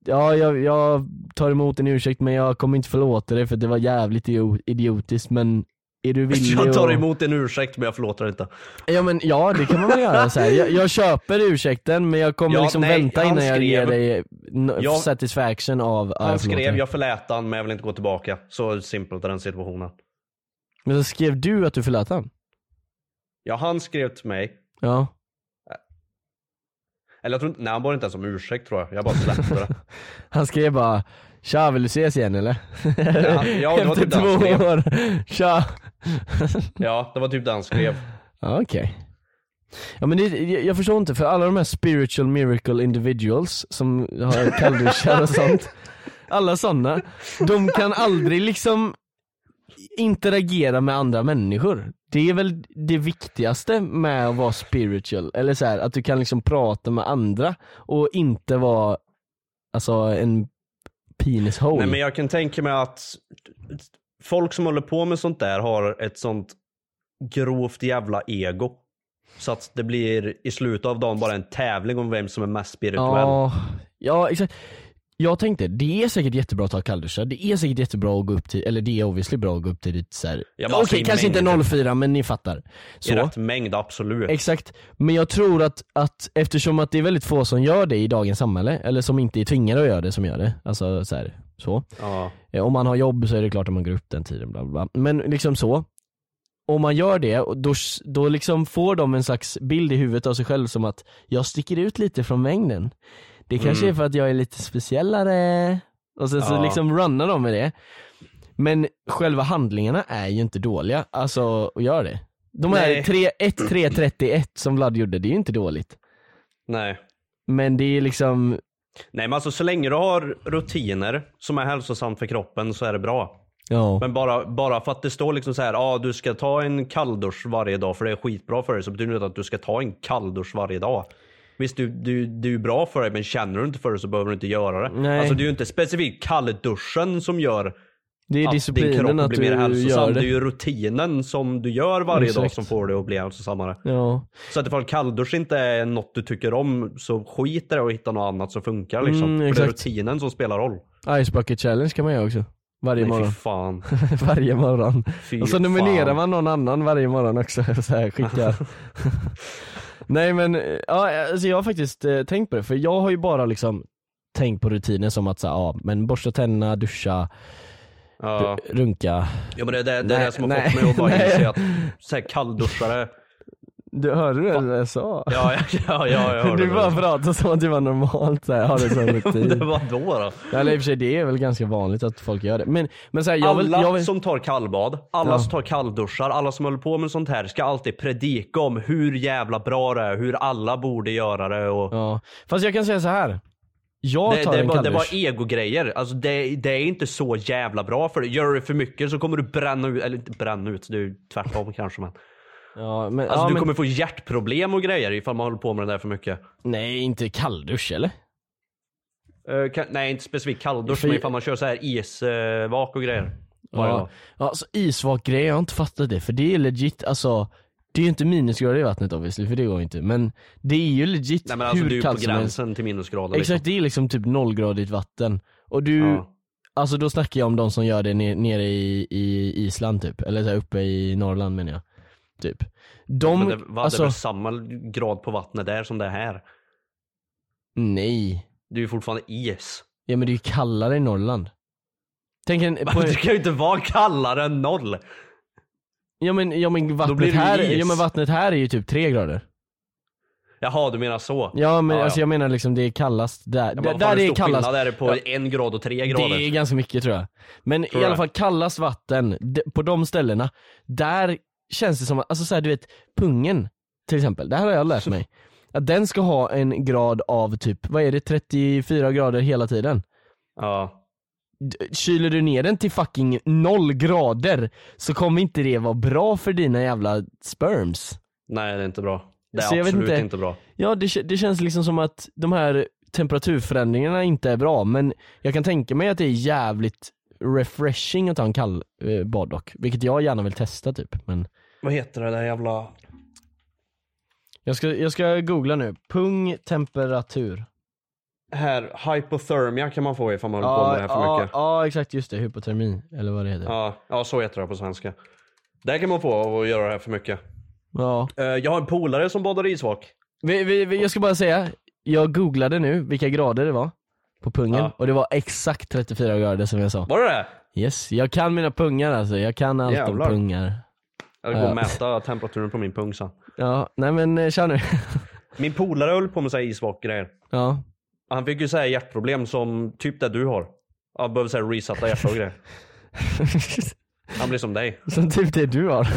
Speaker 1: Ja jag, jag tar emot en ursäkt men jag kommer inte förlåta dig för det var jävligt idio- idiotiskt men är du
Speaker 2: [LAUGHS]
Speaker 1: villig
Speaker 2: jag tar
Speaker 1: att-
Speaker 2: emot en ursäkt men jag förlåter inte.
Speaker 1: Ja men ja det kan man väl göra så här. Jag, jag köper ursäkten men jag kommer
Speaker 2: Ja,
Speaker 1: liksom
Speaker 2: nej,
Speaker 1: vänta
Speaker 2: han
Speaker 1: innan jag
Speaker 2: skrev-
Speaker 1: ger dig no,
Speaker 2: Ja.
Speaker 1: satisfaction av ja,
Speaker 2: Han
Speaker 1: jag förlåter
Speaker 2: skrev
Speaker 1: dig.
Speaker 2: jag förlät han men jag vill inte gå tillbaka. Så simpelt är den situationen.
Speaker 1: Men så skrev du att du förlät han?
Speaker 2: Ja han skrev till mig.
Speaker 1: Ja.
Speaker 2: Eller jag tror inte, nej han bad inte ens om ursäkt tror jag. Jag bara
Speaker 1: [LAUGHS]
Speaker 2: släppte det.
Speaker 1: Han skrev bara Tja vill du ses igen eller?
Speaker 2: Ja, ja, det var
Speaker 1: Efter
Speaker 2: typ det han skrev.
Speaker 1: två år, tja!
Speaker 2: Ja det var typ det han skrev.
Speaker 1: Ja, Okej. Ja men det, jag jag förstår inte, för alla de här spiritual miracle individuals som har kallduschar och sånt, alla sådana, de kan aldrig liksom interagera med andra människor. Det är väl det viktigaste med att vara spiritual, eller så här, att du kan liksom prata med andra och inte vara alltså en penis hole.
Speaker 2: Nej men jag kan tänka mig att folk som håller på med sånt där har ett sånt grovt jävla ego. Så att det blir i slutet av dagen bara en tävling om vem som är mest spirituell.
Speaker 1: Ja, ja exakt. Jag tänkte, det är säkert jättebra att ta kallduschar, det är säkert jättebra att gå upp till, eller det är obviously bra att gå upp till ditt såhär,
Speaker 2: Ja, men
Speaker 1: okej
Speaker 2: alltså i
Speaker 1: kanske
Speaker 2: mängd.
Speaker 1: inte 04 men ni fattar.
Speaker 2: I
Speaker 1: Så,
Speaker 2: rätt mängd, absolut.
Speaker 1: exakt. Men jag tror att, att eftersom att det är väldigt få som gör det i dagens samhälle, eller som inte är tvingade att göra det som gör det, alltså så här, så.
Speaker 2: ja.
Speaker 1: Eh, Om man har jobb så är det klart att man går upp den tiden bla bla. bla. Men liksom så. Om man gör det, och då, då liksom får de en slags bild i huvudet av sig själv som att jag sticker ut lite från mängden. Det kanske är för att jag är lite speciellare. Och sen så
Speaker 2: Mm. Ja.
Speaker 1: liksom runnar de med det. Men själva handlingarna är ju inte dåliga, alltså att göra det. De här
Speaker 2: Nej.
Speaker 1: 3, 1, 3, 31 som Vlad gjorde, det är ju inte dåligt.
Speaker 2: Nej.
Speaker 1: Men det är liksom,
Speaker 2: Nej men alltså så länge du har rutiner som är hälsosamt för kroppen så är det bra.
Speaker 1: ja.
Speaker 2: Men bara, bara för att det står liksom så här, ah, du ska ta en kalldusch varje dag för det är skitbra för dig så betyder det inte att du ska ta en kalldusch varje dag. Visst, du, du, du är bra för dig men känner du inte för det så behöver du inte göra det.
Speaker 1: Nej.
Speaker 2: Alltså det är ju inte specifikt kallduschen som gör
Speaker 1: det är
Speaker 2: att din
Speaker 1: disciplinen
Speaker 2: kropp
Speaker 1: att
Speaker 2: blir
Speaker 1: du
Speaker 2: mer
Speaker 1: gör
Speaker 2: hälsosam.
Speaker 1: det.
Speaker 2: Det är ju rutinen som du gör varje dag
Speaker 1: Exakt.
Speaker 2: som får dig att bli hälsosammare.
Speaker 1: Ja.
Speaker 2: Så att ifall kalldusch inte är något du tycker om så skit i det och hitta något annat som funkar liksom.
Speaker 1: Mm,
Speaker 2: för det är
Speaker 1: exakt.
Speaker 2: rutinen som spelar roll.
Speaker 1: Ice Bucket Challenge kan man göra också. Varje
Speaker 2: Nej, fy
Speaker 1: morgon.
Speaker 2: fan.
Speaker 1: [LAUGHS] varje morgon.
Speaker 2: Fy
Speaker 1: och så nominerar
Speaker 2: fan.
Speaker 1: man någon annan varje morgon också. [LAUGHS] Så här, skickar. Nej men, eh, ja, alltså jag har faktiskt eh, tänkt på det. För jag har ju bara liksom tänkt på rutiner som att så här, ja, men borsta tänderna, duscha,
Speaker 2: Ja.
Speaker 1: runka.
Speaker 2: Ja men det, det, det är
Speaker 1: Nej,
Speaker 2: det som har
Speaker 1: nej,
Speaker 2: fått mig att bara
Speaker 1: nej.
Speaker 2: inse att så här
Speaker 1: [LAUGHS]
Speaker 2: kallduschare,
Speaker 1: Du hörde det jag sa?
Speaker 2: ja, ja, ja, ja jag
Speaker 1: [LAUGHS]
Speaker 2: hörde
Speaker 1: du bara pratade som att det var normalt, så här, har det som [LAUGHS]
Speaker 2: [LAUGHS] det
Speaker 1: rutin.
Speaker 2: var då då.
Speaker 1: Eller i och för sig det är väl ganska vanligt att folk gör det. Men, men så här, jag
Speaker 2: alla
Speaker 1: vill, jag vill...
Speaker 2: som tar kallbad, alla som tar kallduschar, alla som håller på med sånt här ska alltid predika om hur jävla bra det är, hur alla borde göra det och
Speaker 1: Ja. Fast jag kan säga så här. Jag
Speaker 2: Det,
Speaker 1: tar
Speaker 2: det,
Speaker 1: en
Speaker 2: var, det
Speaker 1: kalldusch.
Speaker 2: var egogrejer. Alltså det, det är inte så jävla bra för dig. Gör du det för mycket så kommer du bränna ut, eller inte bränna ut, det är ju tvärtom kanske men. Alltså
Speaker 1: Ja, men, ja,
Speaker 2: du
Speaker 1: men
Speaker 2: kommer få hjärtproblem och grejer ifall man håller på med det där för mycket.
Speaker 1: Nej, inte kalldusch eller?
Speaker 2: Eh, kan, nej, inte specifikt kalldusch,
Speaker 1: För-
Speaker 2: men ifall man kör så här isvak och grejer. varje
Speaker 1: Ja,
Speaker 2: dag.
Speaker 1: ja så isvak grej, jag har inte fattat det för det är legit alltså det är ju inte minusgrader i vattnet obviously för det går ju inte men det är ju legit
Speaker 2: Nej men alltså
Speaker 1: hur
Speaker 2: du är
Speaker 1: kallt
Speaker 2: på
Speaker 1: som helst.
Speaker 2: gränsen till minusgrader
Speaker 1: Exakt det är liksom typ nollgradigt vatten och du,
Speaker 2: Liksom. Ja.
Speaker 1: alltså då snackar jag om de som gör det ne- nere i, i Island typ, eller så här uppe i Norrland menar jag. Typ. De,
Speaker 2: Men det, va, det är
Speaker 1: alltså,
Speaker 2: väl samma grad på vattnet där som det är här?
Speaker 1: nej.
Speaker 2: Det är ju fortfarande is. [LAUGHS]
Speaker 1: Ja men det är ju kallare i Norrland. Tänk en, på,
Speaker 2: Det kan ju inte vara kallare än noll.
Speaker 1: ja men, ja, men
Speaker 2: blir
Speaker 1: vattnet
Speaker 2: det ju
Speaker 1: här,
Speaker 2: is.
Speaker 1: ja men vattnet här är ju typ tre grader.
Speaker 2: Jaha du menar så?
Speaker 1: Ja men
Speaker 2: Ja, ja.
Speaker 1: alltså jag menar liksom det är kallast där,
Speaker 2: Ja, men
Speaker 1: där,
Speaker 2: vad
Speaker 1: där
Speaker 2: fan,
Speaker 1: det är
Speaker 2: stor
Speaker 1: kallast.
Speaker 2: skillnad är det på en grad och tre grader?
Speaker 1: Det är ganska mycket tror jag. Men
Speaker 2: Tror
Speaker 1: i
Speaker 2: du
Speaker 1: alla
Speaker 2: det?
Speaker 1: fall kallast vatten, d- på de ställena, där känns det som att, alltså så här, du vet, pungen till exempel, det här har jag lärt mig. Att den ska ha en grad av typ, vad är det, 34 grader hela tiden.
Speaker 2: Ja.
Speaker 1: D- Kyler du ner den till fucking noll grader så kommer inte det vara bra för dina jävla sperms.
Speaker 2: Nej det är inte bra. Det är
Speaker 1: Så jag vet
Speaker 2: absolut
Speaker 1: inte-
Speaker 2: inte. bra.
Speaker 1: Ja det, kä- det känns liksom som att de här temperaturförändringarna inte är bra men jag kan tänka mig att det är jävligt refreshing att ta en kall eh, baddock, vilket jag gärna vill testa typ men
Speaker 2: Vad heter det där jävla...
Speaker 1: jag ska, jag ska googla nu, pungtemperatur.
Speaker 2: Här, hypothermia kan man få ifall man håller på med det här för
Speaker 1: ja,
Speaker 2: mycket.
Speaker 1: ja exakt just det, hypotermi eller vad det heter. Ja.
Speaker 2: Ja, ja, så heter det på svenska. Där kan man få av att göra det här för mycket. Eh, Jag har en polare som badar isvak.
Speaker 1: Vi, vi, vi, jag ska bara säga, jag googlade nu vilka grader det var på pungen
Speaker 2: Ja.
Speaker 1: och det var exakt 34 grader som jag sa.
Speaker 2: Var det det?
Speaker 1: Yes, jag kan mina pungar alltså, jag kan allt
Speaker 2: Jävlar.
Speaker 1: om pungar.
Speaker 2: Jag går
Speaker 1: Ja.
Speaker 2: och mäta temperaturen på min pung sen.
Speaker 1: Ja, nej men eh, kör nu.
Speaker 2: Min polare höll på med så här isvak-grejer.
Speaker 1: ja. [LAUGHS]
Speaker 2: Han fick ju så här hjärtproblem som typ det du har. Han behöver så här resetta hjärta och grejer. Han blir som dig.
Speaker 1: som typ det du
Speaker 2: [LAUGHS]
Speaker 1: har.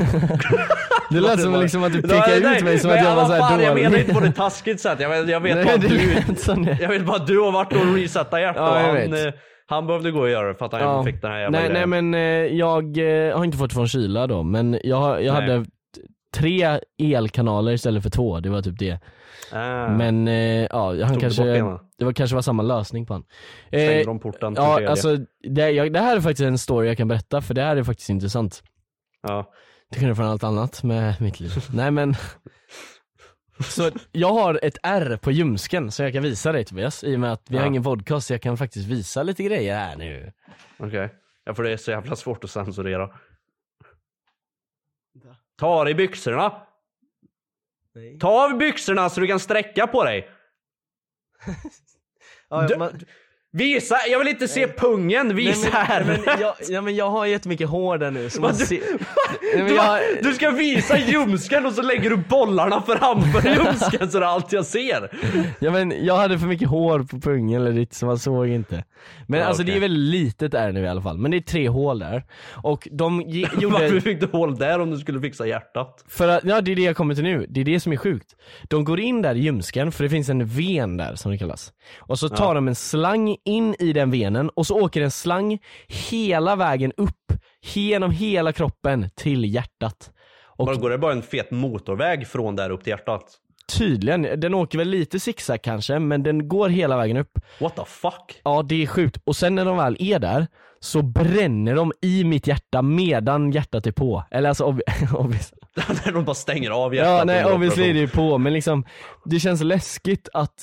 Speaker 1: [LAUGHS] det lät som liksom att du
Speaker 2: Nej,
Speaker 1: pekar
Speaker 2: nej,
Speaker 1: ut mig som
Speaker 2: men
Speaker 1: att jag var
Speaker 2: vad fan,
Speaker 1: såhär
Speaker 2: Jag
Speaker 1: dålig. [LAUGHS]
Speaker 2: menar inte på det taskigt sätt. Jag vet, jag vet bara
Speaker 1: Nej,
Speaker 2: att
Speaker 1: det
Speaker 2: du...
Speaker 1: lät som det.
Speaker 2: Jag vet bara att du har varit och resetta hjärta.
Speaker 1: Ja, jag
Speaker 2: och han,
Speaker 1: vet.
Speaker 2: eh, han behövde gå och göra det för att han
Speaker 1: Ja.
Speaker 2: fick den här jävla
Speaker 1: Nej, nej
Speaker 2: grejen.
Speaker 1: men eh, jag eh, har inte fått från kyla då, men jag, har- jag
Speaker 2: Nej.
Speaker 1: hade t- tre elkanaler istället för två, det var typ det.
Speaker 2: Ah,
Speaker 1: Men eh, ja, han
Speaker 2: du bort
Speaker 1: kanske,
Speaker 2: ena?
Speaker 1: det var, kanske var samma lösning på han.
Speaker 2: stängde
Speaker 1: Eh,
Speaker 2: de porten till
Speaker 1: ja,
Speaker 2: tredje.
Speaker 1: alltså, det, jag, det här är faktiskt en story jag kan berätta, för det här är faktiskt intressant.
Speaker 2: ja.
Speaker 1: Till skillnad från allt annat med mitt liv. Nej men. Så jag har ett R på ljumsken som jag kan visa dig Tobias. I och med att vi har
Speaker 2: Ja.
Speaker 1: ingen podcast så jag kan faktiskt visa lite grejer här nu.
Speaker 2: Okej. Ja, för det är så jävla svårt att censurera. Ta av dig byxorna! Ta av byxorna så du kan sträcka på dig!
Speaker 1: Ja,
Speaker 2: Du-
Speaker 1: man-
Speaker 2: Visa! Jag vill inte se pungen!
Speaker 1: nej,
Speaker 2: Visa
Speaker 1: men,
Speaker 2: här!
Speaker 1: nej, men jag, ja, men jag har jättemycket hår där nu så man
Speaker 2: [LAUGHS] Vad du-
Speaker 1: ser. Nej, men
Speaker 2: [LAUGHS] du,
Speaker 1: jag,
Speaker 2: du ska visa ljumsken och så lägger du bollarna
Speaker 1: [LAUGHS]
Speaker 2: framför ljumsken så det är allt jag ser.
Speaker 1: ja, men jag hade för mycket hår på pungen eller ditt så man såg inte. Men
Speaker 2: Ja,
Speaker 1: alltså det
Speaker 2: okej.
Speaker 1: är väldigt litet R nu i alla fall. Men det är tre hål där. Och de [LAUGHS] ge, gjorde...
Speaker 2: Varför fick du hål där om du skulle fixa hjärtat?
Speaker 1: För att, ja det är det jag kommer till nu, det är det som är sjukt. De går in där i ljumsken, för det finns en ven där som det kallas. Och så tar de en slang in i den venen och så åker en slang hela vägen upp, genom hela kroppen till hjärtat. Och
Speaker 2: Bara går det bara en fet motorväg från där upp till hjärtat?
Speaker 1: tydligen, den åker väl lite zigzag kanske, men den går hela vägen upp.
Speaker 2: What the fuck? [LAUGHS]
Speaker 1: Ja det är sjukt, och sen när de väl är där så bränner de i mitt hjärta medan hjärtat är på. Eller alltså obvi- [LAUGHS] obvious.
Speaker 2: När de bara stänger av hjärtat.
Speaker 1: Ja nej
Speaker 2: under
Speaker 1: obviously är det
Speaker 2: operation.
Speaker 1: ju på men liksom Det känns läskigt att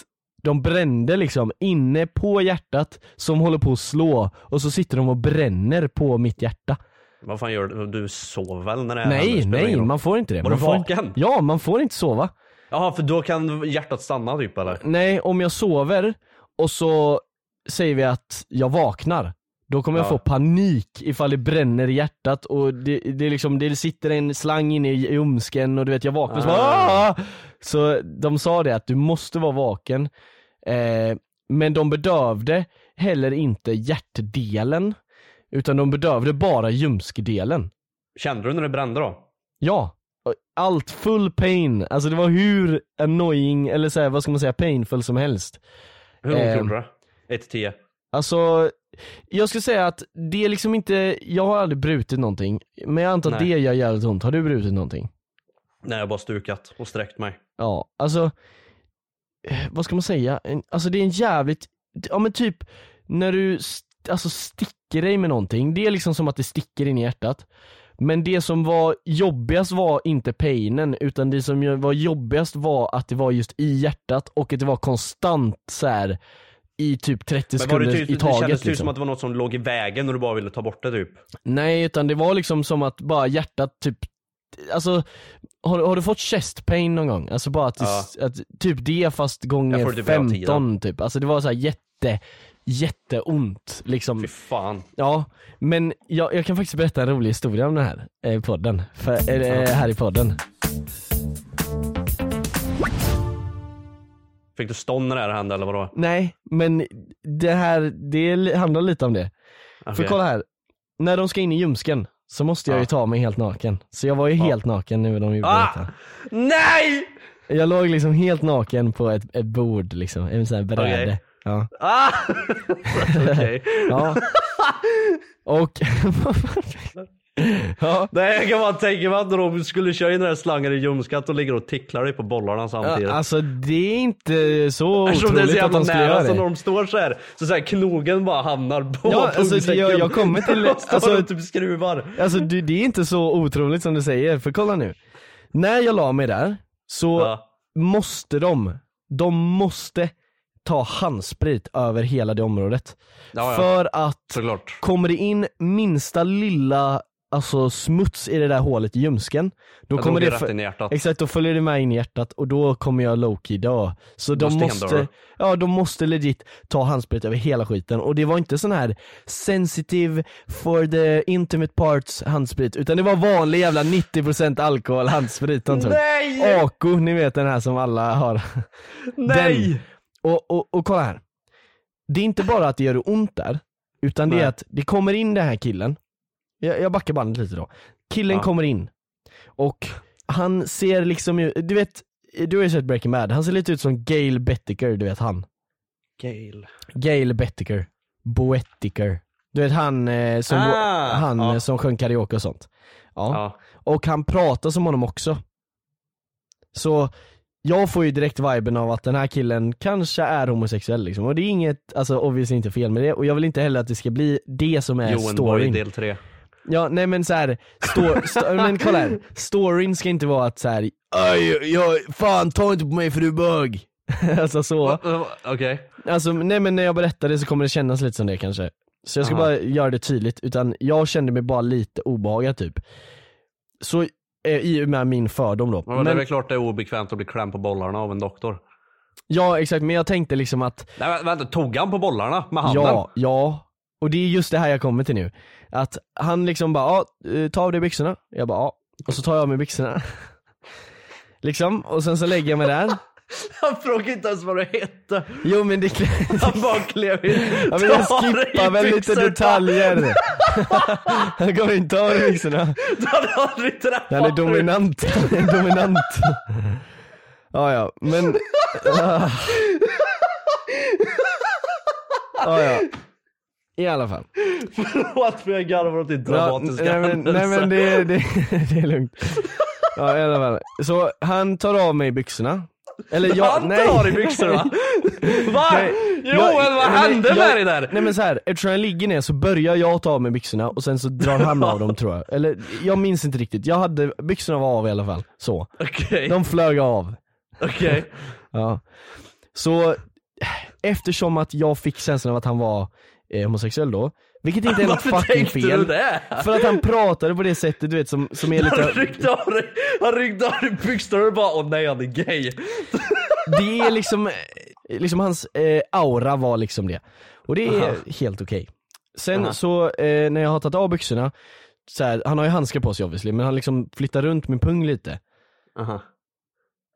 Speaker 1: de brände liksom inne på hjärtat som håller på att slå och så sitter de och bränner på mitt hjärta.
Speaker 2: Vad fan gör du? Du sover väl när det här händer?
Speaker 1: nej,
Speaker 2: Spelar ingen
Speaker 1: nej,
Speaker 2: roll.
Speaker 1: man får inte det.
Speaker 2: Var
Speaker 1: man
Speaker 2: du
Speaker 1: får
Speaker 2: vaken?
Speaker 1: Inte, ja, man får inte sova.
Speaker 2: Jaha, för då kan hjärtat stanna typ eller?
Speaker 1: Nej, om jag sover och så säger vi att jag vaknar, då kommer jag
Speaker 2: Ja.
Speaker 1: få panik ifall det bränner i hjärtat och det, det, är liksom, det sitter en slang inne i ljumsken och du vet jag vaknar och så bara
Speaker 2: Ah.
Speaker 1: "Ah!" Så de sa det att du måste vara vaken, eh, men de bedövde heller inte hjärtdelen, utan de bedövde bara ljumskdelen.
Speaker 2: Kände du när det brände då?
Speaker 1: Ja. Och Allt full pain, alltså det var hur annoying, eller så här, vad ska man säga, painful som helst.
Speaker 2: Hur ont
Speaker 1: Ehm.
Speaker 2: gjorde det? 1 till 10?
Speaker 1: Alltså, jag skulle säga att det är liksom inte, jag har aldrig brutit någonting, men jag antar att
Speaker 2: Nej.
Speaker 1: det gör jävligt ont. Har du brutit någonting?
Speaker 2: Nej, jag har bara stukat och sträckt mig.
Speaker 1: Ja, alltså, eh, vad ska man säga? En- Alltså det är en jävligt, ja men typ när du st- alltså sticker sticker dig med någonting, det är liksom som att det sticker in i hjärtat. Men det som var jobbigast var inte painen, utan det som ju var jobbigast var att det var just i hjärtat och att det var konstant så här i typ 30
Speaker 2: Men var det,
Speaker 1: sekunder
Speaker 2: typ,
Speaker 1: i
Speaker 2: det kändes
Speaker 1: taget.
Speaker 2: typ som
Speaker 1: liksom. Mm.
Speaker 2: att det var något som låg i vägen och du bara ville ta bort det typ.
Speaker 1: Nej, utan det var liksom som att bara hjärtat typ, alltså har, har du fått chest pain någon gång? Alltså bara att, det-
Speaker 2: Ja.
Speaker 1: att typ det fast gånger
Speaker 2: får det typ hela
Speaker 1: 15 typ. Alltså det var så här jätte, jätteont liksom.
Speaker 2: Fy fan.
Speaker 1: Ja, men jag, jag kan faktiskt berätta en rolig historia om den här eh, podden. För, eh, här i podden.
Speaker 2: Fick du stånd när det här hände eller vadå?
Speaker 1: Nej, men det här, det li- handlar lite om det. För
Speaker 2: Okej.
Speaker 1: kolla här, när de ska in i ljumsken så måste jag ju
Speaker 2: Ja.
Speaker 1: ta mig helt naken. Så jag var ju helt naken nu när de gjorde
Speaker 2: Ah!
Speaker 1: detta.
Speaker 2: Nej!
Speaker 1: Jag låg liksom helt naken på ett, ett bord liksom, en sån här bräde.
Speaker 2: Okej.
Speaker 1: Ja.
Speaker 2: Ah! [LAUGHS] Okej. [LAUGHS]
Speaker 1: ja. Och... [LAUGHS] ja.
Speaker 2: Nej jag kan bara tänka mig att när de skulle köra in den här slangen i ljumskat och ligger och ticklar dig på bollarna samtidigt.
Speaker 1: Alltså det är inte så
Speaker 2: Eftersom det är
Speaker 1: otroligt
Speaker 2: så
Speaker 1: att
Speaker 2: jävla
Speaker 1: de skulle
Speaker 2: nära
Speaker 1: göra
Speaker 2: så när
Speaker 1: det.
Speaker 2: de står så här så, så här knogen bara hamnar på
Speaker 1: Ja, alltså,
Speaker 2: pungsäcken.
Speaker 1: jag- jag kommer till-
Speaker 2: Och [LAUGHS] står
Speaker 1: alltså-
Speaker 2: och typ skruvar.
Speaker 1: Alltså det, det är inte så otroligt som du säger, för kolla nu. När jag la mig där så
Speaker 2: Ja.
Speaker 1: måste de, de måste ta handsprit över hela det området.
Speaker 2: Ja, ja.
Speaker 1: För att
Speaker 2: Såklart.
Speaker 1: Kommer det in minsta lilla alltså, smuts i det där hålet i ljumsken, då
Speaker 2: Då
Speaker 1: kommer
Speaker 2: åker
Speaker 1: det
Speaker 2: det
Speaker 1: fö-
Speaker 2: rätt in i hjärtat.
Speaker 1: Exakt, då följer det med in i hjärtat och då kommer jag lowkey dö. Så de
Speaker 2: stengar
Speaker 1: måste,
Speaker 2: du.
Speaker 1: ja, de måste legit ta handsprit över hela skiten och det var inte sån här sensitive for the intimate parts handsprit utan det var vanlig jävla 90% alkohol handsprit de tog.
Speaker 2: Nej!
Speaker 1: Ako, ni vet den här som alla har.
Speaker 2: Nej!
Speaker 1: Den. Och, och, och kolla här. Det är inte bara att det gör ont där, utan det
Speaker 2: Nej.
Speaker 1: är att det kommer in den här killen. Jag, jag backar bandet lite då. Killen
Speaker 2: Ja.
Speaker 1: kommer in och han ser liksom ju- du vet, du har ju sett Breaking Bad, han ser lite ut som Gail Bettiker, du vet han.
Speaker 2: Gale.
Speaker 1: Gail Bettiker. Boettiker. Du vet han, eh, som,
Speaker 2: Ah,
Speaker 1: han
Speaker 2: ja.
Speaker 1: eh, som sjöng karaoke och sånt. ja.
Speaker 2: Ja.
Speaker 1: Och han pratar som honom också. Så jag får ju direkt viben av att den här killen kanske är homosexuell liksom. Och det är inget, alltså obviously inte fel med det. Och jag vill inte heller att det ska bli det som är
Speaker 2: Johan Borg
Speaker 1: storyn.
Speaker 2: del 3.
Speaker 1: Ja nej men såhär, sto- [LAUGHS] sto- men kolla här. Storyn ska inte vara att såhär, "Aj, jag, fan ta inte på mig för du är bög. [LAUGHS] alltså så.
Speaker 2: Okej.
Speaker 1: Alltså nej men när jag berättar det så kommer det kännas lite som det kanske. Så jag ska
Speaker 2: Aha.
Speaker 1: bara göra det tydligt, utan jag kände mig bara lite obehagad typ. Så eh, i och med min fördom då.
Speaker 2: Men... Det är väl
Speaker 1: Men,
Speaker 2: klart det är obekvämt att bli klämd på bollarna av en doktor.
Speaker 1: ja exakt, men jag tänkte liksom att,
Speaker 2: Nej vä- vänta, tog han på bollarna med handen?
Speaker 1: ja, ja. Och det är just det här jag kommer till nu. Att han liksom bara, ja, eh, ta av dig byxorna. Jag bara, ja. Och så tar jag av mig byxorna. [LAUGHS] liksom, och sen så lägger jag mig där.
Speaker 2: [LAUGHS] Han frågade inte ens vad det hette.
Speaker 1: Jo men det [LAUGHS]
Speaker 2: Han bara klev in.
Speaker 1: Ja, men jag skippar väl lite
Speaker 2: [LAUGHS]
Speaker 1: detaljer. [LAUGHS] Han kommer inte ta av dig byxorna.
Speaker 2: Du hade aldrig träffat
Speaker 1: Han är
Speaker 2: mig.
Speaker 1: dominant. Han är dominant. Ja, ja, men... Ah. Ja, ja. I alla fall.
Speaker 2: [LAUGHS] Förlåt för jag garvar åt din dramatiska
Speaker 1: nej, men, nej men det, det, det är lugnt. Ja, i alla fall. Så han tar av mig byxorna. Eller
Speaker 2: [LAUGHS]
Speaker 1: jag,
Speaker 2: han
Speaker 1: nej.
Speaker 2: tar
Speaker 1: [LAUGHS]
Speaker 2: i byxorna. [LAUGHS] Va?
Speaker 1: Nej,
Speaker 2: Joel vad
Speaker 1: nej, men
Speaker 2: hände
Speaker 1: jag-
Speaker 2: med dig där?
Speaker 1: Nej men så här, eftersom jag ligger ner så börjar jag ta av mig byxorna och sen så drar han av dem tror jag. Eller jag minns inte riktigt, jag hade, byxorna var av i alla fall. Så.
Speaker 2: Okej,
Speaker 1: De flög av.
Speaker 2: okej.
Speaker 1: Ja. Så eftersom att jag fick känslan av att han var eh, homosexuell då, vilket inte är något
Speaker 2: [LAUGHS] Varför
Speaker 1: fucking
Speaker 2: tänkte du
Speaker 1: fel.
Speaker 2: det?
Speaker 1: För att han pratade på det sättet du vet som, som är
Speaker 2: Han
Speaker 1: lite,
Speaker 2: ryckte av dig, han ryckte av dig byxorna och bara åh nej han är gay.
Speaker 1: det är liksom, eh, liksom hans eh, aura var liksom det. Och det är
Speaker 2: Aha.
Speaker 1: helt okej. Sen
Speaker 2: Aha.
Speaker 1: så eh, när jag har tagit av byxorna, så här, han har ju handskar på sig obviously, men han liksom flyttar runt min pung lite.
Speaker 2: Aha.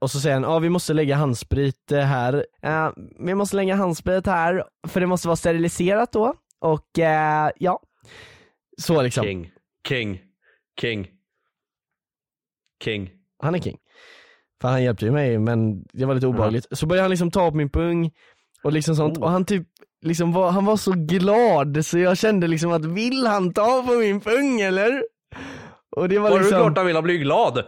Speaker 1: Och så säger han, ja ah, vi måste lägga handsprit eh, här. Eh, vi måste lägga handsprit här, för det måste vara steriliserat då. Och eh, ja. Så liksom,
Speaker 2: King, king, king. King.
Speaker 1: han är king. För han hjälpte ju mig men det var lite obehagligt. Så började han liksom ta på min pung och liksom sånt.
Speaker 2: Oh.
Speaker 1: Och han typ, liksom var, han var så glad så jag kände liksom att vill han ta på min pung eller? Och det var,
Speaker 2: Var det
Speaker 1: liksom,
Speaker 2: klart han ville bli glad?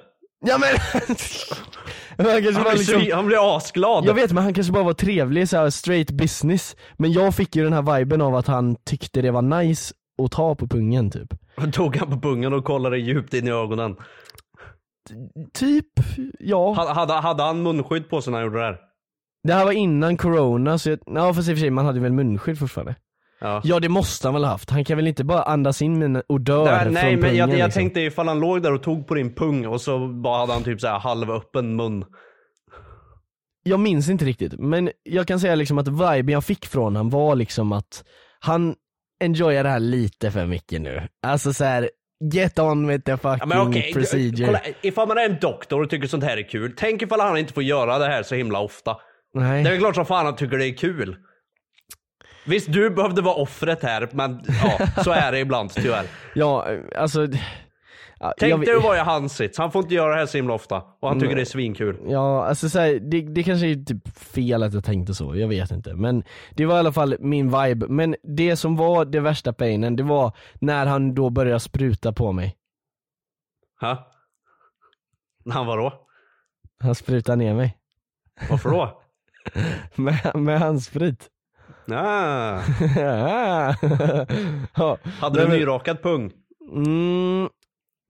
Speaker 1: Ja men! [LAUGHS] han kanske
Speaker 2: Han
Speaker 1: var
Speaker 2: blir,
Speaker 1: liksom,
Speaker 2: så, han blir asglad.
Speaker 1: Jag vet men han kanske bara var trevlig, så här straight business. Men jag fick ju den här viben av att han tyckte det var nice och ta på pungen typ.
Speaker 2: Han tog han på pungen och kollade djupt in i ögonen.
Speaker 1: Typ, ja.
Speaker 2: Hade, hade, hade han munskydd på sig när han gjorde det här?
Speaker 1: Det här var innan corona, så jag, ja fast i och för sig man hade väl munskydd fortfarande?
Speaker 2: Ja.
Speaker 1: Ja det måste han väl ha haft, han kan väl inte bara andas in med en och dö
Speaker 2: Nej,
Speaker 1: från
Speaker 2: nej men
Speaker 1: pungen,
Speaker 2: jag, jag
Speaker 1: liksom.
Speaker 2: tänkte ifall han låg där och tog på din pung och så bara hade han typ så här halvöppen mun.
Speaker 1: jag minns inte riktigt, men jag kan säga liksom att viben jag fick från han var liksom att han enjoyar det här lite för mycket nu. Alltså så här, get on with the fucking
Speaker 2: Ja, men okej,
Speaker 1: procedure.
Speaker 2: Kolla, ifall man är en doktor och tycker sånt här är kul, tänk ifall han inte får göra det här så himla ofta.
Speaker 1: Nej.
Speaker 2: Det är väl klart som fan han tycker det är kul. Visst, du behövde vara offret här, men ja, så är det ibland [LAUGHS] tyvärr.
Speaker 1: Ja, alltså. ja, jag
Speaker 2: Tänk
Speaker 1: vet-
Speaker 2: dig att vara i hans sits. Han får inte göra det här så himla ofta och han tycker det är svinkul.
Speaker 1: Ja, alltså så här, det, det kanske är typ fel att jag tänkte så, jag vet inte. Men det var i alla fall min vibe. Men det som var det värsta painen, det var när han då började spruta på mig.
Speaker 2: Ha? Han vadå?
Speaker 1: Han sprutade ner mig. [LAUGHS]
Speaker 2: Varför [LAUGHS] då?
Speaker 1: Med, med handsprit. [LAUGHS]
Speaker 2: Ah,
Speaker 1: ja.
Speaker 2: hade du
Speaker 1: Nej, men-
Speaker 2: nyrakad pung?
Speaker 1: Mm,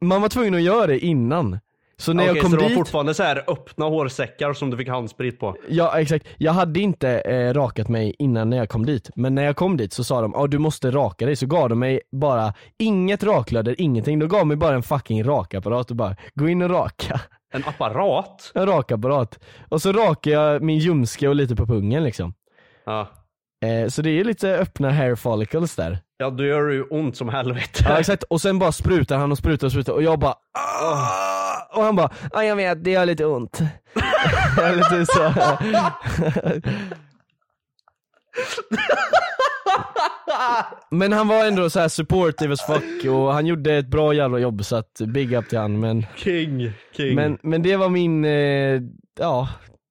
Speaker 1: man var tvungen att göra det innan. Så när jag
Speaker 2: Okej,
Speaker 1: kom
Speaker 2: så det var
Speaker 1: dit,
Speaker 2: fortfarande så här öppna hårsäckar som du fick handsprit på?
Speaker 1: ja exakt, jag hade inte eh, rakat mig innan när jag kom dit. Men när jag kom dit så sa de ah, du måste raka dig, så gav de mig bara inget raklöder, ingenting. De gav mig bara en fucking rakapparat och bara gå in och raka. [LAUGHS]
Speaker 2: En apparat?
Speaker 1: En rakapparat. Och så rakade jag min ljumske och lite på pungen liksom.
Speaker 2: Ja.
Speaker 1: Eh, så det är lite öppna hair follicles där.
Speaker 2: Ja, då gör det ju ont som helvete.
Speaker 1: Ja exakt, och sen bara sprutar han och sprutar och sprutar och jag bara "Ah!" Och han bara ja jag vet, det gör lite ont. [LAUGHS] Eller typ så. Men han var ändå så här supportive as fuck och han gjorde ett bra jävla jobb så att big up till han men
Speaker 2: King, king.
Speaker 1: Men, men det var min, eh, ja,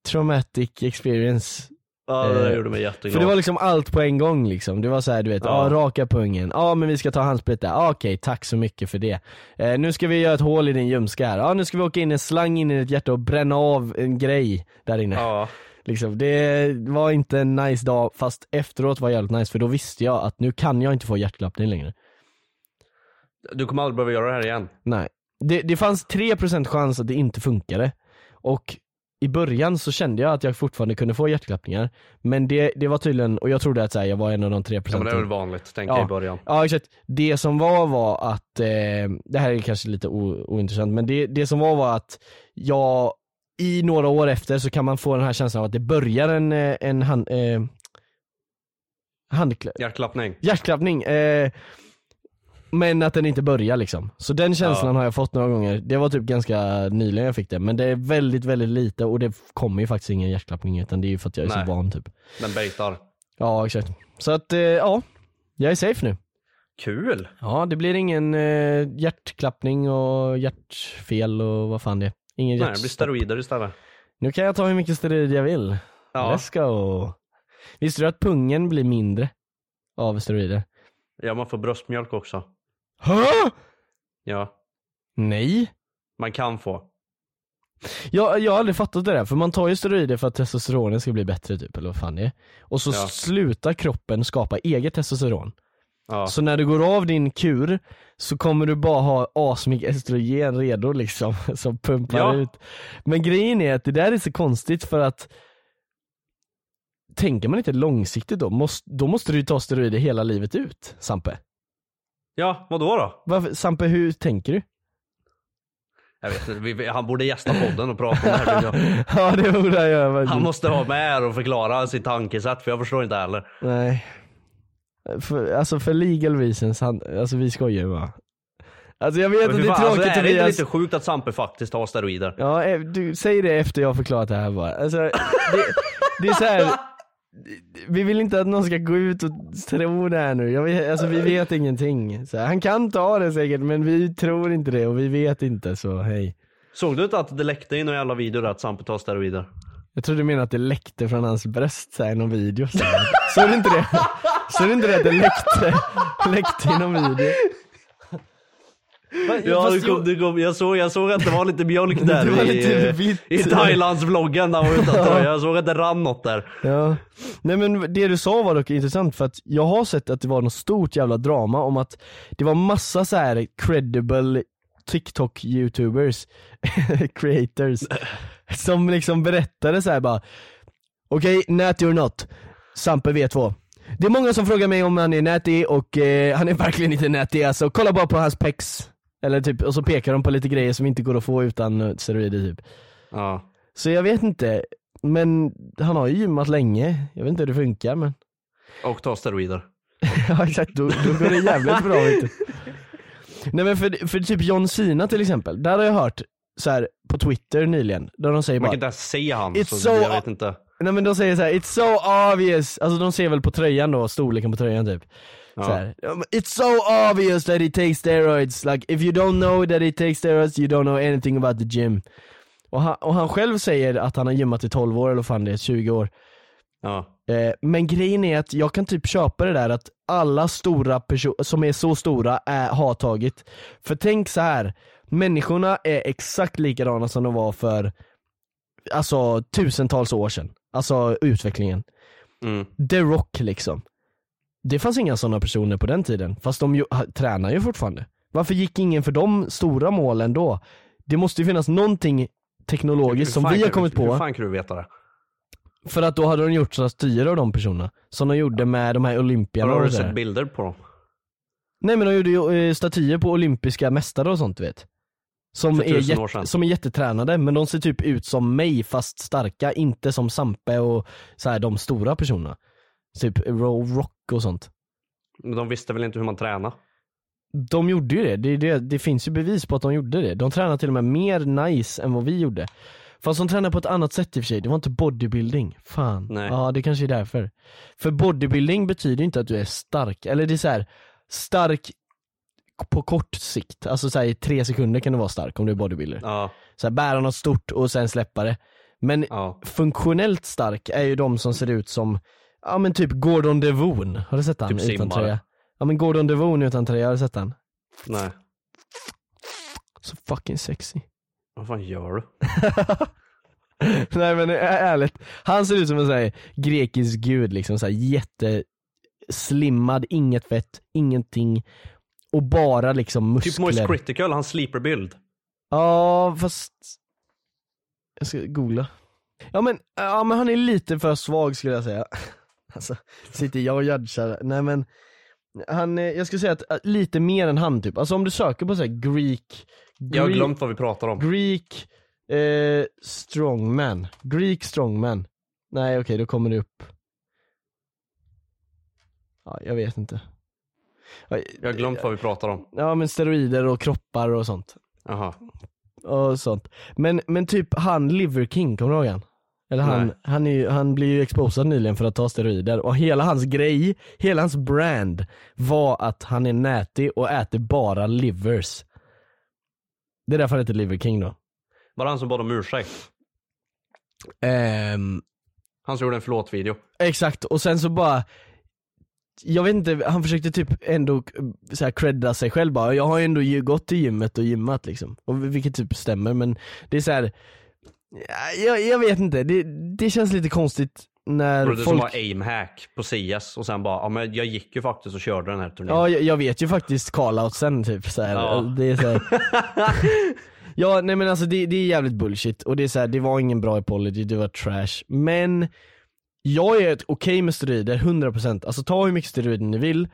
Speaker 1: traumatic experience
Speaker 2: ja, det där
Speaker 1: eh,
Speaker 2: gjorde mig
Speaker 1: för
Speaker 2: jätteglad.
Speaker 1: det var liksom allt på en gång liksom. Det var så här, du vet, ja.
Speaker 2: Ja.
Speaker 1: raka pungen, ja men vi ska ta handsprit där, ja, okej tack så mycket för det. Eh, nu ska vi göra ett hål i din ljumske här, ja nu ska vi åka in en slang in i ditt hjärta och bränna av en grej där inne.
Speaker 2: Ja.
Speaker 1: Liksom, det var inte en nice dag, fast efteråt var jävligt nice för då visste jag att nu kan jag inte få hjärtklappning längre.
Speaker 2: Du kommer aldrig behöva göra det här igen.
Speaker 1: Nej. Det, det fanns 3% chans att det inte funkade. Och i början så kände jag att jag fortfarande kunde få hjärtklappningar. Men det, det var tydligen, och jag trodde att så här, jag var en av de 3%
Speaker 2: Ja, men det är väl vanligt, tänker
Speaker 1: Ja.
Speaker 2: jag i början.
Speaker 1: Ja exakt. Det som var var att, eh, det här är kanske lite o- ointressant, men det, det som var var att jag, i några år efter så kan man få den här känslan av att det börjar en, eh, en hand, eh, handklä,
Speaker 2: Hjärtklappning.
Speaker 1: hjärtklappning. Eh, men att den inte börjar liksom. Så den känslan har jag fått några gånger. Det var typ ganska nyligen jag fick det, men det är väldigt, väldigt lite och det kommer ju faktiskt ingen hjärtklappning utan det är ju för att jag är
Speaker 2: Nej.
Speaker 1: så van typ.
Speaker 2: Den baitar.
Speaker 1: Ja exakt. Så att, eh, ja. Jag är safe nu.
Speaker 2: Kul!
Speaker 1: Ja, det blir ingen eh, hjärtklappning och hjärtfel och vad fan det är. Ingen
Speaker 2: Nej, det blir
Speaker 1: hjärtstopp.
Speaker 2: steroider istället.
Speaker 1: Nu kan jag ta hur mycket steroider jag vill.
Speaker 2: Ja.
Speaker 1: Let's go. Visste du att pungen blir mindre av steroider?
Speaker 2: ja, man får bröstmjölk också.
Speaker 1: Hä?
Speaker 2: Ja,
Speaker 1: Nej.
Speaker 2: man kan få.
Speaker 1: Jag, jag har aldrig fattat det där, för man tar ju steroider för att testosteronen ska bli bättre typ, eller vad fan det är. Och så
Speaker 2: Ja.
Speaker 1: slutar kroppen skapa eget testosteron.
Speaker 2: Ja.
Speaker 1: Så när du går av din kur så kommer du bara ha asmycket estrogen redo liksom [LAUGHS] som pumpar
Speaker 2: Ja.
Speaker 1: ut. Men grejen är att det där är så konstigt för att Tänker man inte långsiktigt då? Måste, då måste du ju ta steroider hela livet ut, Sampe.
Speaker 2: Ja, vadå då?
Speaker 1: Varför, Sampe, hur tänker du?
Speaker 2: Jag vet inte, vi- vi, han borde gästa podden och prata om det här.
Speaker 1: [LAUGHS]
Speaker 2: tycker jag.
Speaker 1: [LAUGHS] ja det borde jag göra
Speaker 2: Han
Speaker 1: faktiskt.
Speaker 2: måste vara med här och förklara sitt tankesätt, för jag förstår inte heller.
Speaker 1: Nej. För, alltså för legal reasons, han, alltså vi skojar ju bara. Alltså jag vet
Speaker 2: Men
Speaker 1: att
Speaker 2: fy
Speaker 1: det är
Speaker 2: fan,
Speaker 1: tråkigt
Speaker 2: alltså, är det inte
Speaker 1: Tobias.
Speaker 2: lite sjukt att Sampe faktiskt har steroider?
Speaker 1: Ja, eh, du säger det efter jag har förklarat det här bara. Alltså, det, det är så här. Vi vill inte att någon ska gå ut och tro det här nu. Jag vet, alltså, vi vet ingenting. Så här, han kan ta det säkert men vi tror inte det och vi vet inte så hej.
Speaker 2: Såg du inte att det läckte in några jävla videor där att Sampe tar steroider?
Speaker 1: Jag tror du menar att det läckte från hans bröst så här, i någon video. Så här. Såg du inte det? Såg du inte det att det läckte, läckte i någon video?
Speaker 2: Ja,
Speaker 1: fast
Speaker 2: det kom,
Speaker 1: jag-
Speaker 2: det kom, jag, såg, jag såg att det var lite mjölk
Speaker 1: [LAUGHS]
Speaker 2: där
Speaker 1: Det var
Speaker 2: i, eh,
Speaker 1: lite vitt.
Speaker 2: i Thailands-vloggen när
Speaker 1: [LAUGHS]
Speaker 2: han var utan tröja. Jag såg att det rann något där.
Speaker 1: Ja. Nej men det du sa var dock intressant för att jag har sett att det var något stort jävla drama om att det var massa så här credible TikTok-youtubers, [LAUGHS] creators, som liksom berättade så här bara Okej, Nat you're not. Sampe V2. Det är många som frågar mig om han är nätig och eh, han är verkligen inte nätig alltså, kolla bara på hans pecs. Eller typ, och så pekar de på lite grejer som inte går att få utan eh, steroider typ.
Speaker 2: Ja.
Speaker 1: Så jag vet inte, men han har ju gymmat länge. Jag vet inte hur det funkar men. [LAUGHS]
Speaker 2: Och ta steroider.
Speaker 1: ja exakt, då, då går det jävligt bra vet
Speaker 2: [LAUGHS]
Speaker 1: du. Nej men för, för typ John Cena till exempel, där har jag hört så här på Twitter nyligen, där de säger
Speaker 2: Man
Speaker 1: bara
Speaker 2: kan inte ens se han.
Speaker 1: It's
Speaker 2: så
Speaker 1: so-
Speaker 2: jag vet inte.
Speaker 1: Nej men de säger så här: it's so obvious, alltså de ser väl på tröjan då, storleken på tröjan typ.
Speaker 2: Ja.
Speaker 1: Så här, it's so obvious that he takes steroids, like if you don't know that he takes steroids you don't know anything about the gym. Och han, och han själv säger att han har gymmat i 12 år eller vad fan det är, 20 år.
Speaker 2: Ja.
Speaker 1: Eh, Men grejen är att jag kan typ köpa det där att alla stora personer som är så stora är, har tagit. För tänk så här människorna är exakt likadana som de var för alltså tusentals år sedan. Alltså utvecklingen.
Speaker 2: Mm.
Speaker 1: The Rock liksom. Det fanns inga sådana personer på den tiden, fast de ju, ha, tränar ju fortfarande. Varför gick ingen för de stora målen då? Det måste ju finnas någonting teknologiskt som
Speaker 2: Hur fan
Speaker 1: vi har
Speaker 2: kan
Speaker 1: kommit
Speaker 2: du,
Speaker 1: på.
Speaker 2: Hur fan kan du veta det?
Speaker 1: För att då hade de gjort sådana styr av de personerna. Som de gjorde med de här
Speaker 2: Har
Speaker 1: olympierna
Speaker 2: har
Speaker 1: och
Speaker 2: du
Speaker 1: sådär.
Speaker 2: sett bilder på dem?
Speaker 1: Nej men de gjorde ju eh, statyer på olympiska mästare och sånt du vet. Som
Speaker 2: För
Speaker 1: är,
Speaker 2: tusen år sedan.
Speaker 1: jätt, som är jättetränade men de ser typ ut som mig fast starka, inte som Sampe och så här, de stora personerna. Typ Ro- Rock och sånt.
Speaker 2: Men De visste väl inte hur man tränar?
Speaker 1: De gjorde ju det. Det, är det, det finns ju bevis på att de gjorde det. De tränade till och med mer nice än vad vi gjorde. Fast de tränade på ett annat sätt i och för sig, det var inte bodybuilding. Fan.
Speaker 2: Nej.
Speaker 1: Ja det kanske är därför. För bodybuilding betyder inte att du är stark, eller det är så här stark på kort sikt, alltså så här, i tre sekunder kan du vara stark om du är bodybuilder.
Speaker 2: Ja.
Speaker 1: Så här, bära något stort och sen släppa det. Men
Speaker 2: ja.
Speaker 1: funktionellt stark är ju de som ser ut som, ja men typ Gordon Devon, har du sett han
Speaker 2: Typ
Speaker 1: utan
Speaker 2: simmare.
Speaker 1: tröja? Ja men Gordon Devon utan tröja, har du sett han?
Speaker 2: Nej.
Speaker 1: Så fucking sexy. [LAUGHS]
Speaker 2: Vad fan gör du?
Speaker 1: Nej men ä- ärligt, han ser ut som en sån här grekisk gud liksom, så här jätteslimmad, inget fett, ingenting. Och bara liksom
Speaker 2: Typ
Speaker 1: muskler.
Speaker 2: Moise Critical, hans sleeperbild.
Speaker 1: ja fast... Jag ska googla. Ja men, ja men han är lite för svag skulle jag säga. [LAUGHS] Alltså, sitter jag och judgar. Nej men, han, eh, jag skulle säga att eh, lite mer än han typ. Alltså om du söker på så här Greek,
Speaker 2: Jag har
Speaker 1: Greek-
Speaker 2: glömt vad vi pratar om.
Speaker 1: Greek eh, strongman. Greek strongman. Nej okej, då kommer det upp. Ja, jag vet inte. Ja,
Speaker 2: Jag har glömt vad vi pratar om.
Speaker 1: Ja men steroider och kroppar och sånt.
Speaker 2: Jaha.
Speaker 1: Och sånt. Men, men typ han Liver King, kommer du ihåg han? Eller han,
Speaker 2: Nej.
Speaker 1: han, är ju, han blir ju exposad nyligen för att ta steroider och hela hans grej, hela hans brand var att han är nätig och äter bara livers. Det är därför han heter Liver King då.
Speaker 2: Var det han som bad om ursäkt?
Speaker 1: Ehm,
Speaker 2: Han som gjorde en förlåt-video.
Speaker 1: Exakt, och sen så bara jag vet inte, han försökte typ ändå eh, så här credda sig själv bara, jag har ju ändå ju gått till gymmet och gymmat liksom. Och vil- vilket typ stämmer men det är så här. Ja, jag, jag vet inte, det, det känns lite konstigt när
Speaker 2: Var det du som
Speaker 1: folk...
Speaker 2: var aimhack på CS och sen bara, ja men jag gick ju faktiskt och körde den här turneringen.
Speaker 1: Ja jag, jag vet ju faktiskt calloutsen typ så här.
Speaker 2: Ja.
Speaker 1: det är så
Speaker 2: [LAUGHS]
Speaker 1: här. Ja nej men alltså det, det är jävligt bullshit och det är så här, det var ingen bra apology, det var trash. Men jag är ett okej med steroider, 100%. Alltså ta hur mycket steroider ni vill.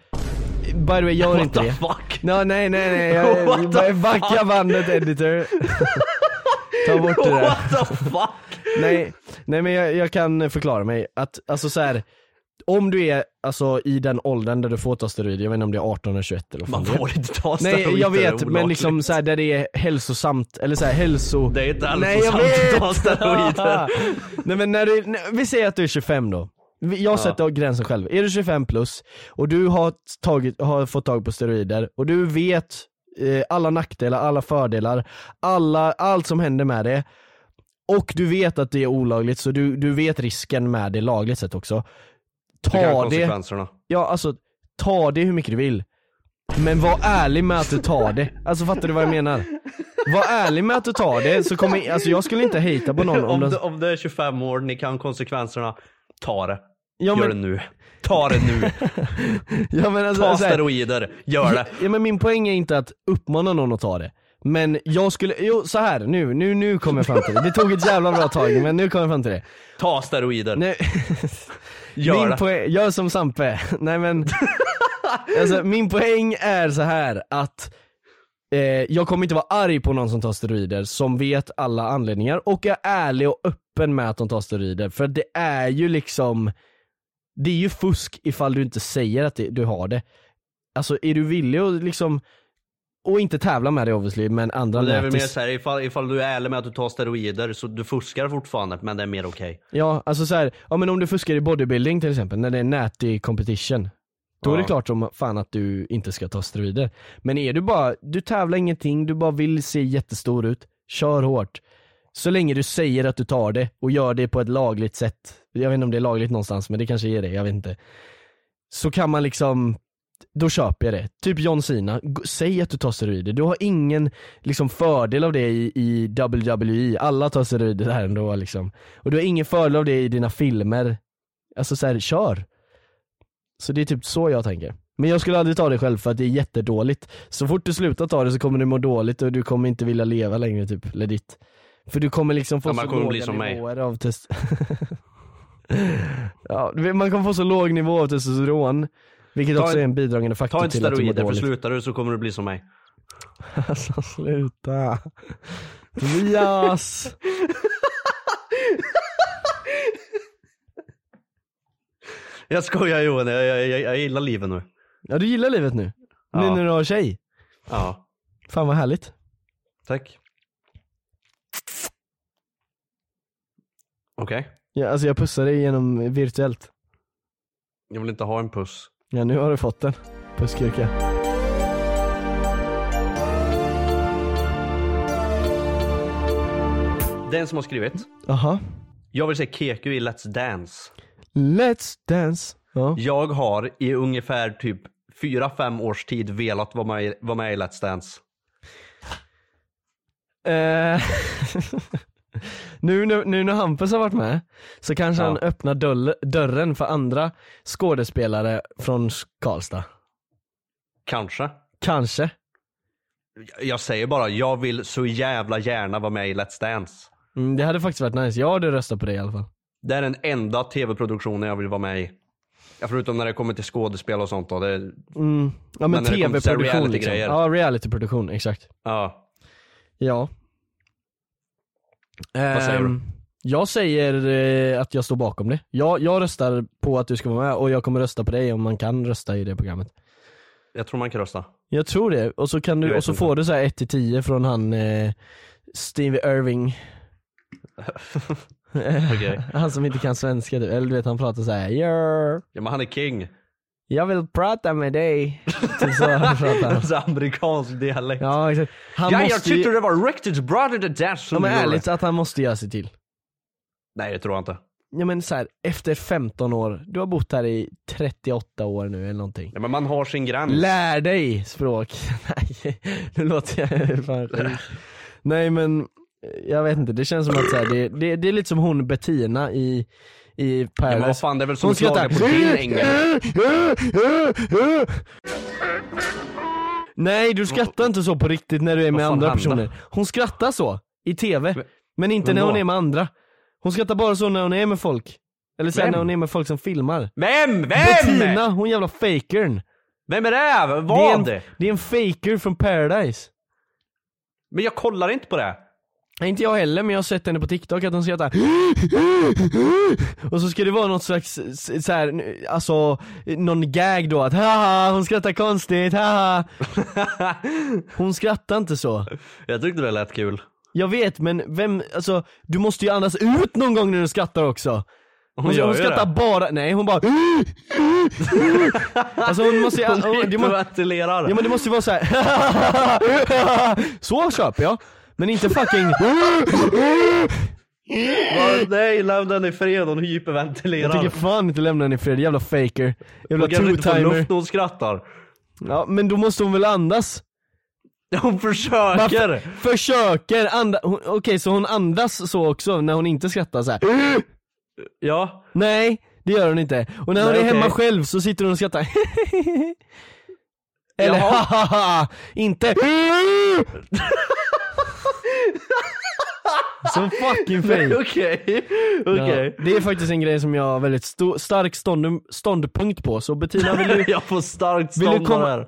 Speaker 1: By the way, gör
Speaker 2: What
Speaker 1: inte
Speaker 2: the
Speaker 1: det.
Speaker 2: fuck?
Speaker 1: No, nej nej nej,
Speaker 2: [LAUGHS]
Speaker 1: jag, backa bandet editor. ta bort det där.
Speaker 2: What the fuck?
Speaker 1: Nej, nej men jag, jag kan förklara mig att, alltså så här. Om du är alltså i den åldern där du får ta steroider, jag vet inte om det är 18 eller 21 eller vad fan
Speaker 2: Man
Speaker 1: det är.
Speaker 2: får inte ta steroider,
Speaker 1: Nej jag
Speaker 2: det är
Speaker 1: vet men
Speaker 2: olagligt.
Speaker 1: liksom såhär där det är hälsosamt, eller såhär hälso...
Speaker 2: Det är inte
Speaker 1: Nej, jag
Speaker 2: hälsosamt att ta
Speaker 1: vet!
Speaker 2: steroider.
Speaker 1: [LAUGHS] Nej men när du, när, vi säger att du är 25 då. Vi- Jag sätter gränsen själv. Är du 25 plus och du har, tagit, har fått tag på steroider och du vet eh, alla nackdelar, alla fördelar, alla, allt som händer med det. Och du vet att det är olagligt så du, du vet risken med det lagligt sett också.
Speaker 2: Du kan ha
Speaker 1: Ta det,
Speaker 2: konsekvenserna.
Speaker 1: ja alltså ta det hur mycket du vill. Men var ärlig med att du tar det. Alltså fattar du vad jag menar? Var ärlig med att du tar det så kommer, alltså jag skulle inte hejta på någon om
Speaker 2: Om,
Speaker 1: den...
Speaker 2: du, om du är 25 år, ni kan konsekvenserna. Ta det.
Speaker 1: Ja, men-
Speaker 2: Gör det nu. Ta det
Speaker 1: [LAUGHS]
Speaker 2: nu.
Speaker 1: Ja men alltså,
Speaker 2: Ta
Speaker 1: så här-
Speaker 2: steroider. Gör det.
Speaker 1: Ja men min poäng är inte att uppmana någon att ta det. Men jag skulle, jo så här nu, nu, nu kommer jag fram till det. Det tog ett jävla bra tag men nu kommer jag fram till det.
Speaker 2: Ta
Speaker 1: [LAUGHS]
Speaker 2: steroider.
Speaker 1: Nej,
Speaker 2: Gör
Speaker 1: min
Speaker 2: det.
Speaker 1: poäng, gör som Sampe. [LAUGHS] Nej
Speaker 2: [LAUGHS]
Speaker 1: men, alltså, min poäng är så här att eh, jag kommer inte vara arg på någon som tar steroider som vet alla anledningar och är ärlig och öppen med att de tar steroider. För det är ju liksom, det är ju fusk ifall du inte säger att det, du har det. Alltså är du villig att liksom, och inte tävla med det obviously, men andra
Speaker 2: Det är väl mer
Speaker 1: nätis.
Speaker 2: såhär, ifall, ifall du är ärlig med att du tar steroider så du fuskar fortfarande men det är mer okej.
Speaker 1: Ja, alltså så här, ja men om du fuskar i bodybuilding till exempel, när det är natty competition. Då är det
Speaker 2: Ja.
Speaker 1: klart som fan att du inte ska ta steroider. Men är du bara, du tävlar ingenting, du bara vill se jättestor ut, kör hårt. Så länge du säger att du tar det och gör det på ett lagligt sätt. Jag vet inte om det är lagligt någonstans men det kanske är det, jag vet inte. Så kan man liksom, då köper jag det. Typ John Cena, G- säg att du tar steroider. Du har ingen liksom fördel av det i, i WWE, alla tar steroider där ändå liksom. Och du har ingen fördel av det i dina filmer. Alltså såhär, kör. Så det är typ så jag tänker. Men jag skulle aldrig ta det själv för att det är jättedåligt. Så fort du slutar ta det så kommer du må dåligt och du kommer inte vilja leva längre typ, legit. För du kommer liksom få
Speaker 2: Ja, man
Speaker 1: så
Speaker 2: kommer
Speaker 1: låga
Speaker 2: bli som mig.
Speaker 1: nivåer av test... [LAUGHS] ja, du vet, man kommer få så låg nivå av testosteron, vilket
Speaker 2: Ta
Speaker 1: också
Speaker 2: en-
Speaker 1: är en bidragande
Speaker 2: Ta
Speaker 1: faktor
Speaker 2: inte
Speaker 1: till att du mår
Speaker 2: steroider för
Speaker 1: dåligt.
Speaker 2: slutar du så kommer du bli som mig.
Speaker 1: [LAUGHS] Alltså sluta. Tobias!
Speaker 2: Jag skojar Johan, jag, jag, jag, jag gillar livet nu.
Speaker 1: Ja du gillar livet nu? Nu
Speaker 2: Ja.
Speaker 1: när du har tjej?
Speaker 2: Ja,
Speaker 1: Fan vad härligt.
Speaker 2: tack. Okej,
Speaker 1: Ja, alltså jag pussar dig genom virtuellt.
Speaker 2: jag vill inte ha en puss.
Speaker 1: Ja nu har du fått den. Pusskuka.
Speaker 2: Den som har skrivit.
Speaker 1: Aha.
Speaker 2: Jag vill se Keku i Let's Dance.
Speaker 1: Let's dance. Ja.
Speaker 2: Jag har i ungefär typ 4-5 års tid velat vara med, i- vara med i Let's Dance.
Speaker 1: Eh, [LAUGHS] nu, nu, nu när Hampus har varit med så kanske
Speaker 2: Ja.
Speaker 1: han öppnar dörr, dörren för andra skådespelare från Karlstad.
Speaker 2: Kanske.
Speaker 1: Kanske.
Speaker 2: Jag säger bara, jag vill så jävla gärna vara med i Let's Dance.
Speaker 1: Mm, det hade faktiskt varit nice. Jag hade röstat på det i alla fall.
Speaker 2: Det är den enda tv-produktionen jag vill vara med i. Ja, förutom när det kommer till skådespel och sånt då. Det,
Speaker 1: Mm. Ja men,
Speaker 2: Men när det kommer till
Speaker 1: tv-produktion liksom.
Speaker 2: reality-grejer.
Speaker 1: Ja realityproduktion, exakt.
Speaker 2: ja.
Speaker 1: Ja. Vad
Speaker 2: säger du?
Speaker 1: Jag säger eh, att jag står bakom det. Jag, jag röstar på att du ska vara med och jag kommer rösta på dig om man kan rösta i det programmet.
Speaker 2: Jag tror man kan rösta.
Speaker 1: Jag tror det, och så, kan
Speaker 2: Jag
Speaker 1: du,
Speaker 2: vet
Speaker 1: och så
Speaker 2: inte.
Speaker 1: får du så här 1-10 från han eh, Steve Irving,
Speaker 2: Okej.
Speaker 1: han som inte kan svenska du, eller du vet han pratar så här: "Yeah,
Speaker 2: Ja, men han är king.
Speaker 1: Jag vill prata med
Speaker 2: [LAUGHS]
Speaker 1: dig. typ så han pratar.
Speaker 2: Alltså amerikansk dialekt. Ja,
Speaker 1: Ja exakt. Han
Speaker 2: jag
Speaker 1: måste
Speaker 2: tyckte
Speaker 1: ju,
Speaker 2: det var riktigt bra det där
Speaker 1: ja,
Speaker 2: som
Speaker 1: men
Speaker 2: du gjorde.
Speaker 1: ärligt att han måste göra sig till.
Speaker 2: Nej, det tror jag inte.
Speaker 1: Ja men så här, efter 15 år, du har bott här i 38 år nu eller någonting.
Speaker 2: Ja, men man har sin gräns.
Speaker 1: Lär dig språk. [LAUGHS] Nej, nu låter jag fan sjuk. Nej men, eh, jag vet inte, det känns som att så här, det, det, det är lite som hon Bettina i, i
Speaker 2: ja, men vad
Speaker 1: Paradise.
Speaker 2: fan, det är väl som
Speaker 1: hon
Speaker 2: att klaga på din engelska.
Speaker 1: "Äh, Nej du skrattar inte så på riktigt när du är med
Speaker 2: fan
Speaker 1: andra
Speaker 2: hände?
Speaker 1: personer. Hon skrattar så, i tv. Men inte
Speaker 2: men
Speaker 1: när hon
Speaker 2: då?
Speaker 1: är med andra. Hon skrattar bara så när hon är med folk. Eller sen
Speaker 2: Vem?
Speaker 1: när hon är med folk som filmar.
Speaker 2: Vem? Vem?
Speaker 1: Bettina, hon jävla fakern.
Speaker 2: Vem är det?
Speaker 1: Det är,
Speaker 2: Vad?
Speaker 1: en, det är en faker från paradise.
Speaker 2: Men jag kollar inte på det.
Speaker 1: Nej, inte jag heller men jag har sett henne på TikTok att hon skrattar Och så ska det vara något slags, s- så här, alltså någon gag då att haha hon skrattar konstigt, haha Hon skrattar inte så
Speaker 2: Jag tyckte det lät kul.
Speaker 1: Jag vet men vem, alltså du måste ju andas ut någon gång när du skrattar också Hon, hon,
Speaker 2: gör ju
Speaker 1: skrattar
Speaker 2: det.
Speaker 1: bara, nej hon bara Alltså hon måste ju, hon, det må,
Speaker 2: Hyperventilerar.
Speaker 1: Ja men det måste ju vara så här. [LAUGHS] Så köper jag Men inte fucking
Speaker 2: Va, nej, lämna den i fred. Hon
Speaker 1: Jag
Speaker 2: hyperventilerar.
Speaker 1: tänker fan inte lämna henne i fred, jävla faker. Jävla
Speaker 2: Hon kanske inte får
Speaker 1: two-timer.
Speaker 2: luft när hon skrattar. [LAUGHS]
Speaker 1: Ja, men då måste hon väl andas?
Speaker 2: Hon försöker!
Speaker 1: Varför- Försöker andas, okej så hon andas så också när hon inte skrattar så här.
Speaker 2: Ja.
Speaker 1: Nej, det gör hon inte. Och när hon
Speaker 2: Nej,
Speaker 1: är hemma
Speaker 2: okej.
Speaker 1: själv så sitter hon och skrattar. [LAUGHS] Eller
Speaker 2: Jaha.
Speaker 1: hahaha,
Speaker 2: [LAUGHS]
Speaker 1: inte Så fucking
Speaker 2: Okej,
Speaker 1: fake.
Speaker 2: [LAUGHS] okej.
Speaker 1: Ja, det är faktiskt en grej som jag har väldigt sto- stark stånd- ståndpunkt på, så Bettina vill du,
Speaker 2: Jag får starkt
Speaker 1: Vill du
Speaker 2: stånd
Speaker 1: komma-
Speaker 2: här.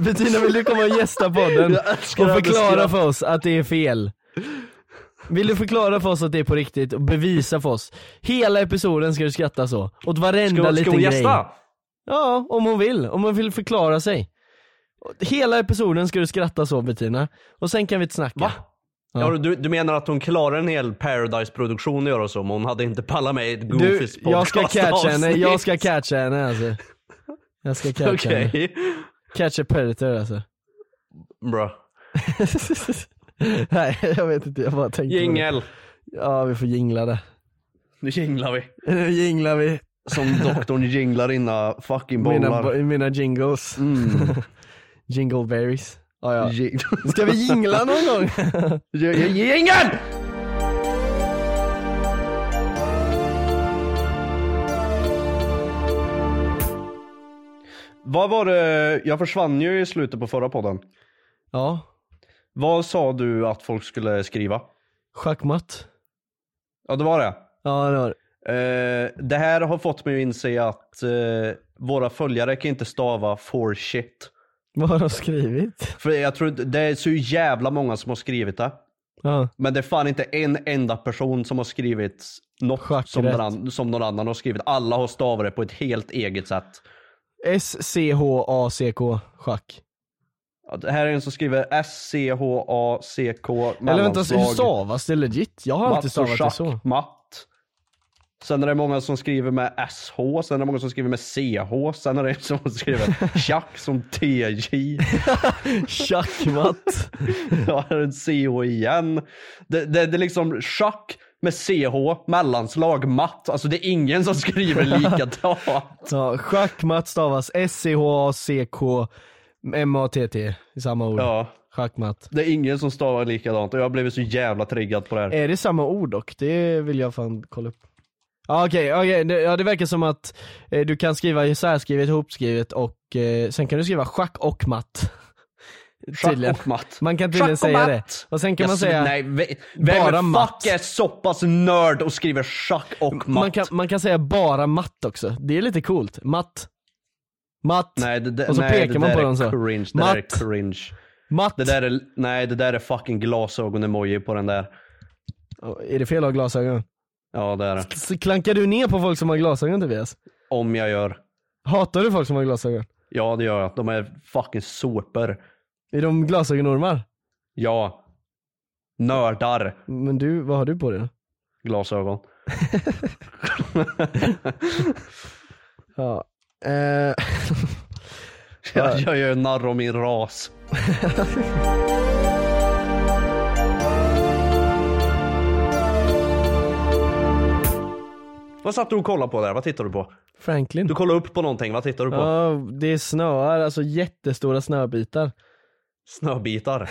Speaker 1: Bettina, vill du komma och gästa podden
Speaker 2: Jag älskar
Speaker 1: och
Speaker 2: att du
Speaker 1: förklara
Speaker 2: skrattar.
Speaker 1: för oss att det är fel? Vill du förklara för oss att det är på riktigt och bevisa för oss? Hela episoden ska du skratta så, åt varenda
Speaker 2: Ska hon, ska
Speaker 1: liten
Speaker 2: hon
Speaker 1: grej.
Speaker 2: gästa?
Speaker 1: Ja, om hon vill. Om hon vill förklara sig. Hela episoden ska du skratta så Bettina. Och sen kan vi inte snacka.
Speaker 2: Va?
Speaker 1: Ja.
Speaker 2: Ja. du, du menar att hon klarar en hel Paradise-produktion och göra så, men hon hade inte pallat med i ett
Speaker 1: Du,
Speaker 2: Goofys
Speaker 1: jag ska catcha henne,
Speaker 2: podcastavsnitt?
Speaker 1: jag ska catcha henne alltså. Jag ska catcha
Speaker 2: Okej,
Speaker 1: henne. Catch a predator alltså. [LAUGHS]
Speaker 2: bra.
Speaker 1: Nej jag vet inte, jag bara tänkte på det.
Speaker 2: Jingel.
Speaker 1: Ja vi får jingla det.
Speaker 2: Nu jinglar vi.
Speaker 1: Nu jinglar vi
Speaker 2: Som doktorn jinglar inna fucking
Speaker 1: mina,
Speaker 2: bollar. Mm.
Speaker 1: bo- mina jingles. Jingleberries. Ja, [LAUGHS] ja.
Speaker 2: Jing-
Speaker 1: Ska vi
Speaker 2: [LAUGHS]
Speaker 1: jingla någon gång?
Speaker 2: Jingel! Vad var det, jag försvann ju i slutet på förra podden.
Speaker 1: ja,
Speaker 2: Vad sa du att folk skulle skriva?
Speaker 1: schackmatt.
Speaker 2: Ja det var det.
Speaker 1: Ja det var det.
Speaker 2: Eh, det här har fått mig att inse att eh, våra följare kan inte stava for shit.
Speaker 1: Vad har de skrivit?
Speaker 2: För jag tror inte- det är så jävla många som har skrivit det.
Speaker 1: Ja.
Speaker 2: Men det är fan inte en enda person som har skrivit något
Speaker 1: Schackrätt.
Speaker 2: som någon, annan, som någon annan har skrivit. Alla har stavat det på ett helt eget sätt.
Speaker 1: S-C-H-A-C-K, schack.
Speaker 2: Ja, Det här är en som skriver S-C-H-A-C-K
Speaker 1: Eller vänta, hur
Speaker 2: mellanslag,
Speaker 1: stavas det legit? Jag har alltid
Speaker 2: matt och
Speaker 1: stavat det så.
Speaker 2: schackmatt. Sen är det många som skriver med SH, sen är det många som skriver med CH, sen är det en som
Speaker 1: [LAUGHS]
Speaker 2: skriver tjack som TJ.
Speaker 1: Schackmatt.
Speaker 2: Ja, här är en CH igen. Det, det, det är liksom schack med CH, mellanslag, matt. Alltså det är ingen som skriver
Speaker 1: [LAUGHS]
Speaker 2: likadant.
Speaker 1: ja, schackmatt stavas S-C-H-A-C-K M-A-T-T i samma ord.
Speaker 2: Ja,
Speaker 1: Schackmatt.
Speaker 2: det är ingen som stavar likadant och jag blev så jävla triggad på det här.
Speaker 1: Är det samma ord dock? Det vill jag fan kolla upp. Ja okej, okej, det- ja, det verkar som att eh, du kan skriva isärskrivet, ihopskrivet och eh, sen kan du skriva schack och matt. Tydligen.
Speaker 2: Schack och matt.
Speaker 1: Man kan tydligen
Speaker 2: Schack och
Speaker 1: säga det.
Speaker 2: matt.
Speaker 1: Och sen kan
Speaker 2: Jag
Speaker 1: man
Speaker 2: ser-
Speaker 1: säga
Speaker 2: nej, ve- vem
Speaker 1: bara
Speaker 2: bara
Speaker 1: matt.
Speaker 2: fuck är så pass nörd och skriver schack och matt?
Speaker 1: Man kan, man kan säga bara matt också, det är lite coolt. Matt. Matt.
Speaker 2: Nej, det, det,
Speaker 1: Och så
Speaker 2: nej,
Speaker 1: pekar
Speaker 2: det
Speaker 1: man
Speaker 2: där
Speaker 1: på
Speaker 2: är
Speaker 1: den så.
Speaker 2: Cringe, det där är
Speaker 1: Matt.
Speaker 2: cringe.
Speaker 1: Matt.
Speaker 2: Det där är, nej, det där är fucking glasögon-emoji på den där.
Speaker 1: Oh, Är det fel att ha glasögon?
Speaker 2: Ja, det är det.
Speaker 1: Så klankar du ner på folk som har glasögon Tobias?
Speaker 2: Om jag gör.
Speaker 1: Hatar du folk som har glasögon?
Speaker 2: Ja, det gör jag. De är fucking sopor.
Speaker 1: Är de glasögonormar?
Speaker 2: Ja. Nördar.
Speaker 1: Men du, vad har du på dig då?
Speaker 2: Glasögon.
Speaker 1: Ja. Eh, [LAUGHS]
Speaker 2: [LAUGHS] Jag, jag gör narr om min ras. [LAUGHS] Vad satt du och kollade på där? Vad tittar du på?
Speaker 1: Franklin.
Speaker 2: Du kollade upp på någonting. Vad tittar du på?
Speaker 1: Ja, det är snöar, alltså jättestora snöbitar.
Speaker 2: [LAUGHS] Snöbitar.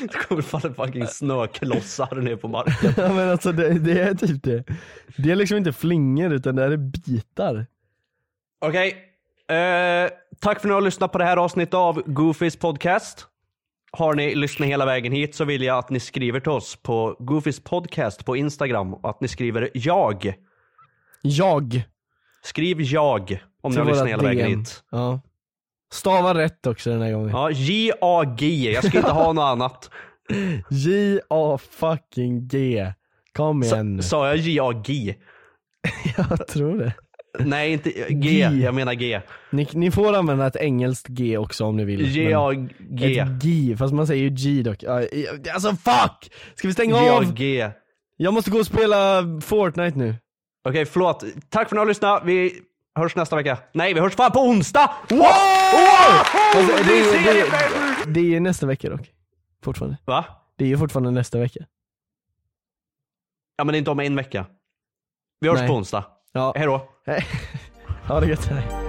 Speaker 2: det kommer falla fucking snöklossar ner på marken.
Speaker 1: [LAUGHS] ja men alltså det, det är typ det. Det är liksom inte flingor utan det här är bitar.
Speaker 2: Okej. Eh, tack för att ni har lyssnat på det här avsnittet av Goofys podcast. Har ni lyssnat hela vägen hit så vill jag att ni skriver till oss på Goofys podcast på Instagram och att ni skriver jag.
Speaker 1: Jag.
Speaker 2: Skriv jag om ni har
Speaker 1: till
Speaker 2: lyssnat
Speaker 1: våra
Speaker 2: hela vägen
Speaker 1: DM.
Speaker 2: hit.
Speaker 1: Ja. Stava rätt också den här gången.
Speaker 2: Ja, J-A-G. Jag ska inte ha
Speaker 1: [LAUGHS]
Speaker 2: något annat.
Speaker 1: J-A-fucking-G. Kom igen nu.
Speaker 2: Sa jag J-A-G?
Speaker 1: [LAUGHS] Jag tror det.
Speaker 2: Nej, inte G.
Speaker 1: G.
Speaker 2: Jag menar G.
Speaker 1: Ni, ni får använda ett engelskt G också om ni vill. men
Speaker 2: J-A-G.
Speaker 1: Ett G, fast man säger ju G dock. Ja, i- Alltså fuck! Ska vi stänga av?
Speaker 2: J-A-G. Okej,
Speaker 1: Jag måste gå och spela Fortnite nu.
Speaker 2: förlåt. Tack för att ni har lyssnat. Vi hörs nästa vecka. Nej, vi hörs fan på onsdag! Wow! Wow!
Speaker 1: Alltså, det,
Speaker 2: Ni ser
Speaker 1: det,
Speaker 2: det, baby!
Speaker 1: det, det är ju nästa vecka dock. Fortfarande.
Speaker 2: Va?
Speaker 1: Det är ju fortfarande nästa vecka.
Speaker 2: Ja men inte om en vecka. Vi hörs
Speaker 1: Nej.
Speaker 2: på onsdag.
Speaker 1: Ja.
Speaker 2: Hejdå.
Speaker 1: [LAUGHS] Ha det gött hej.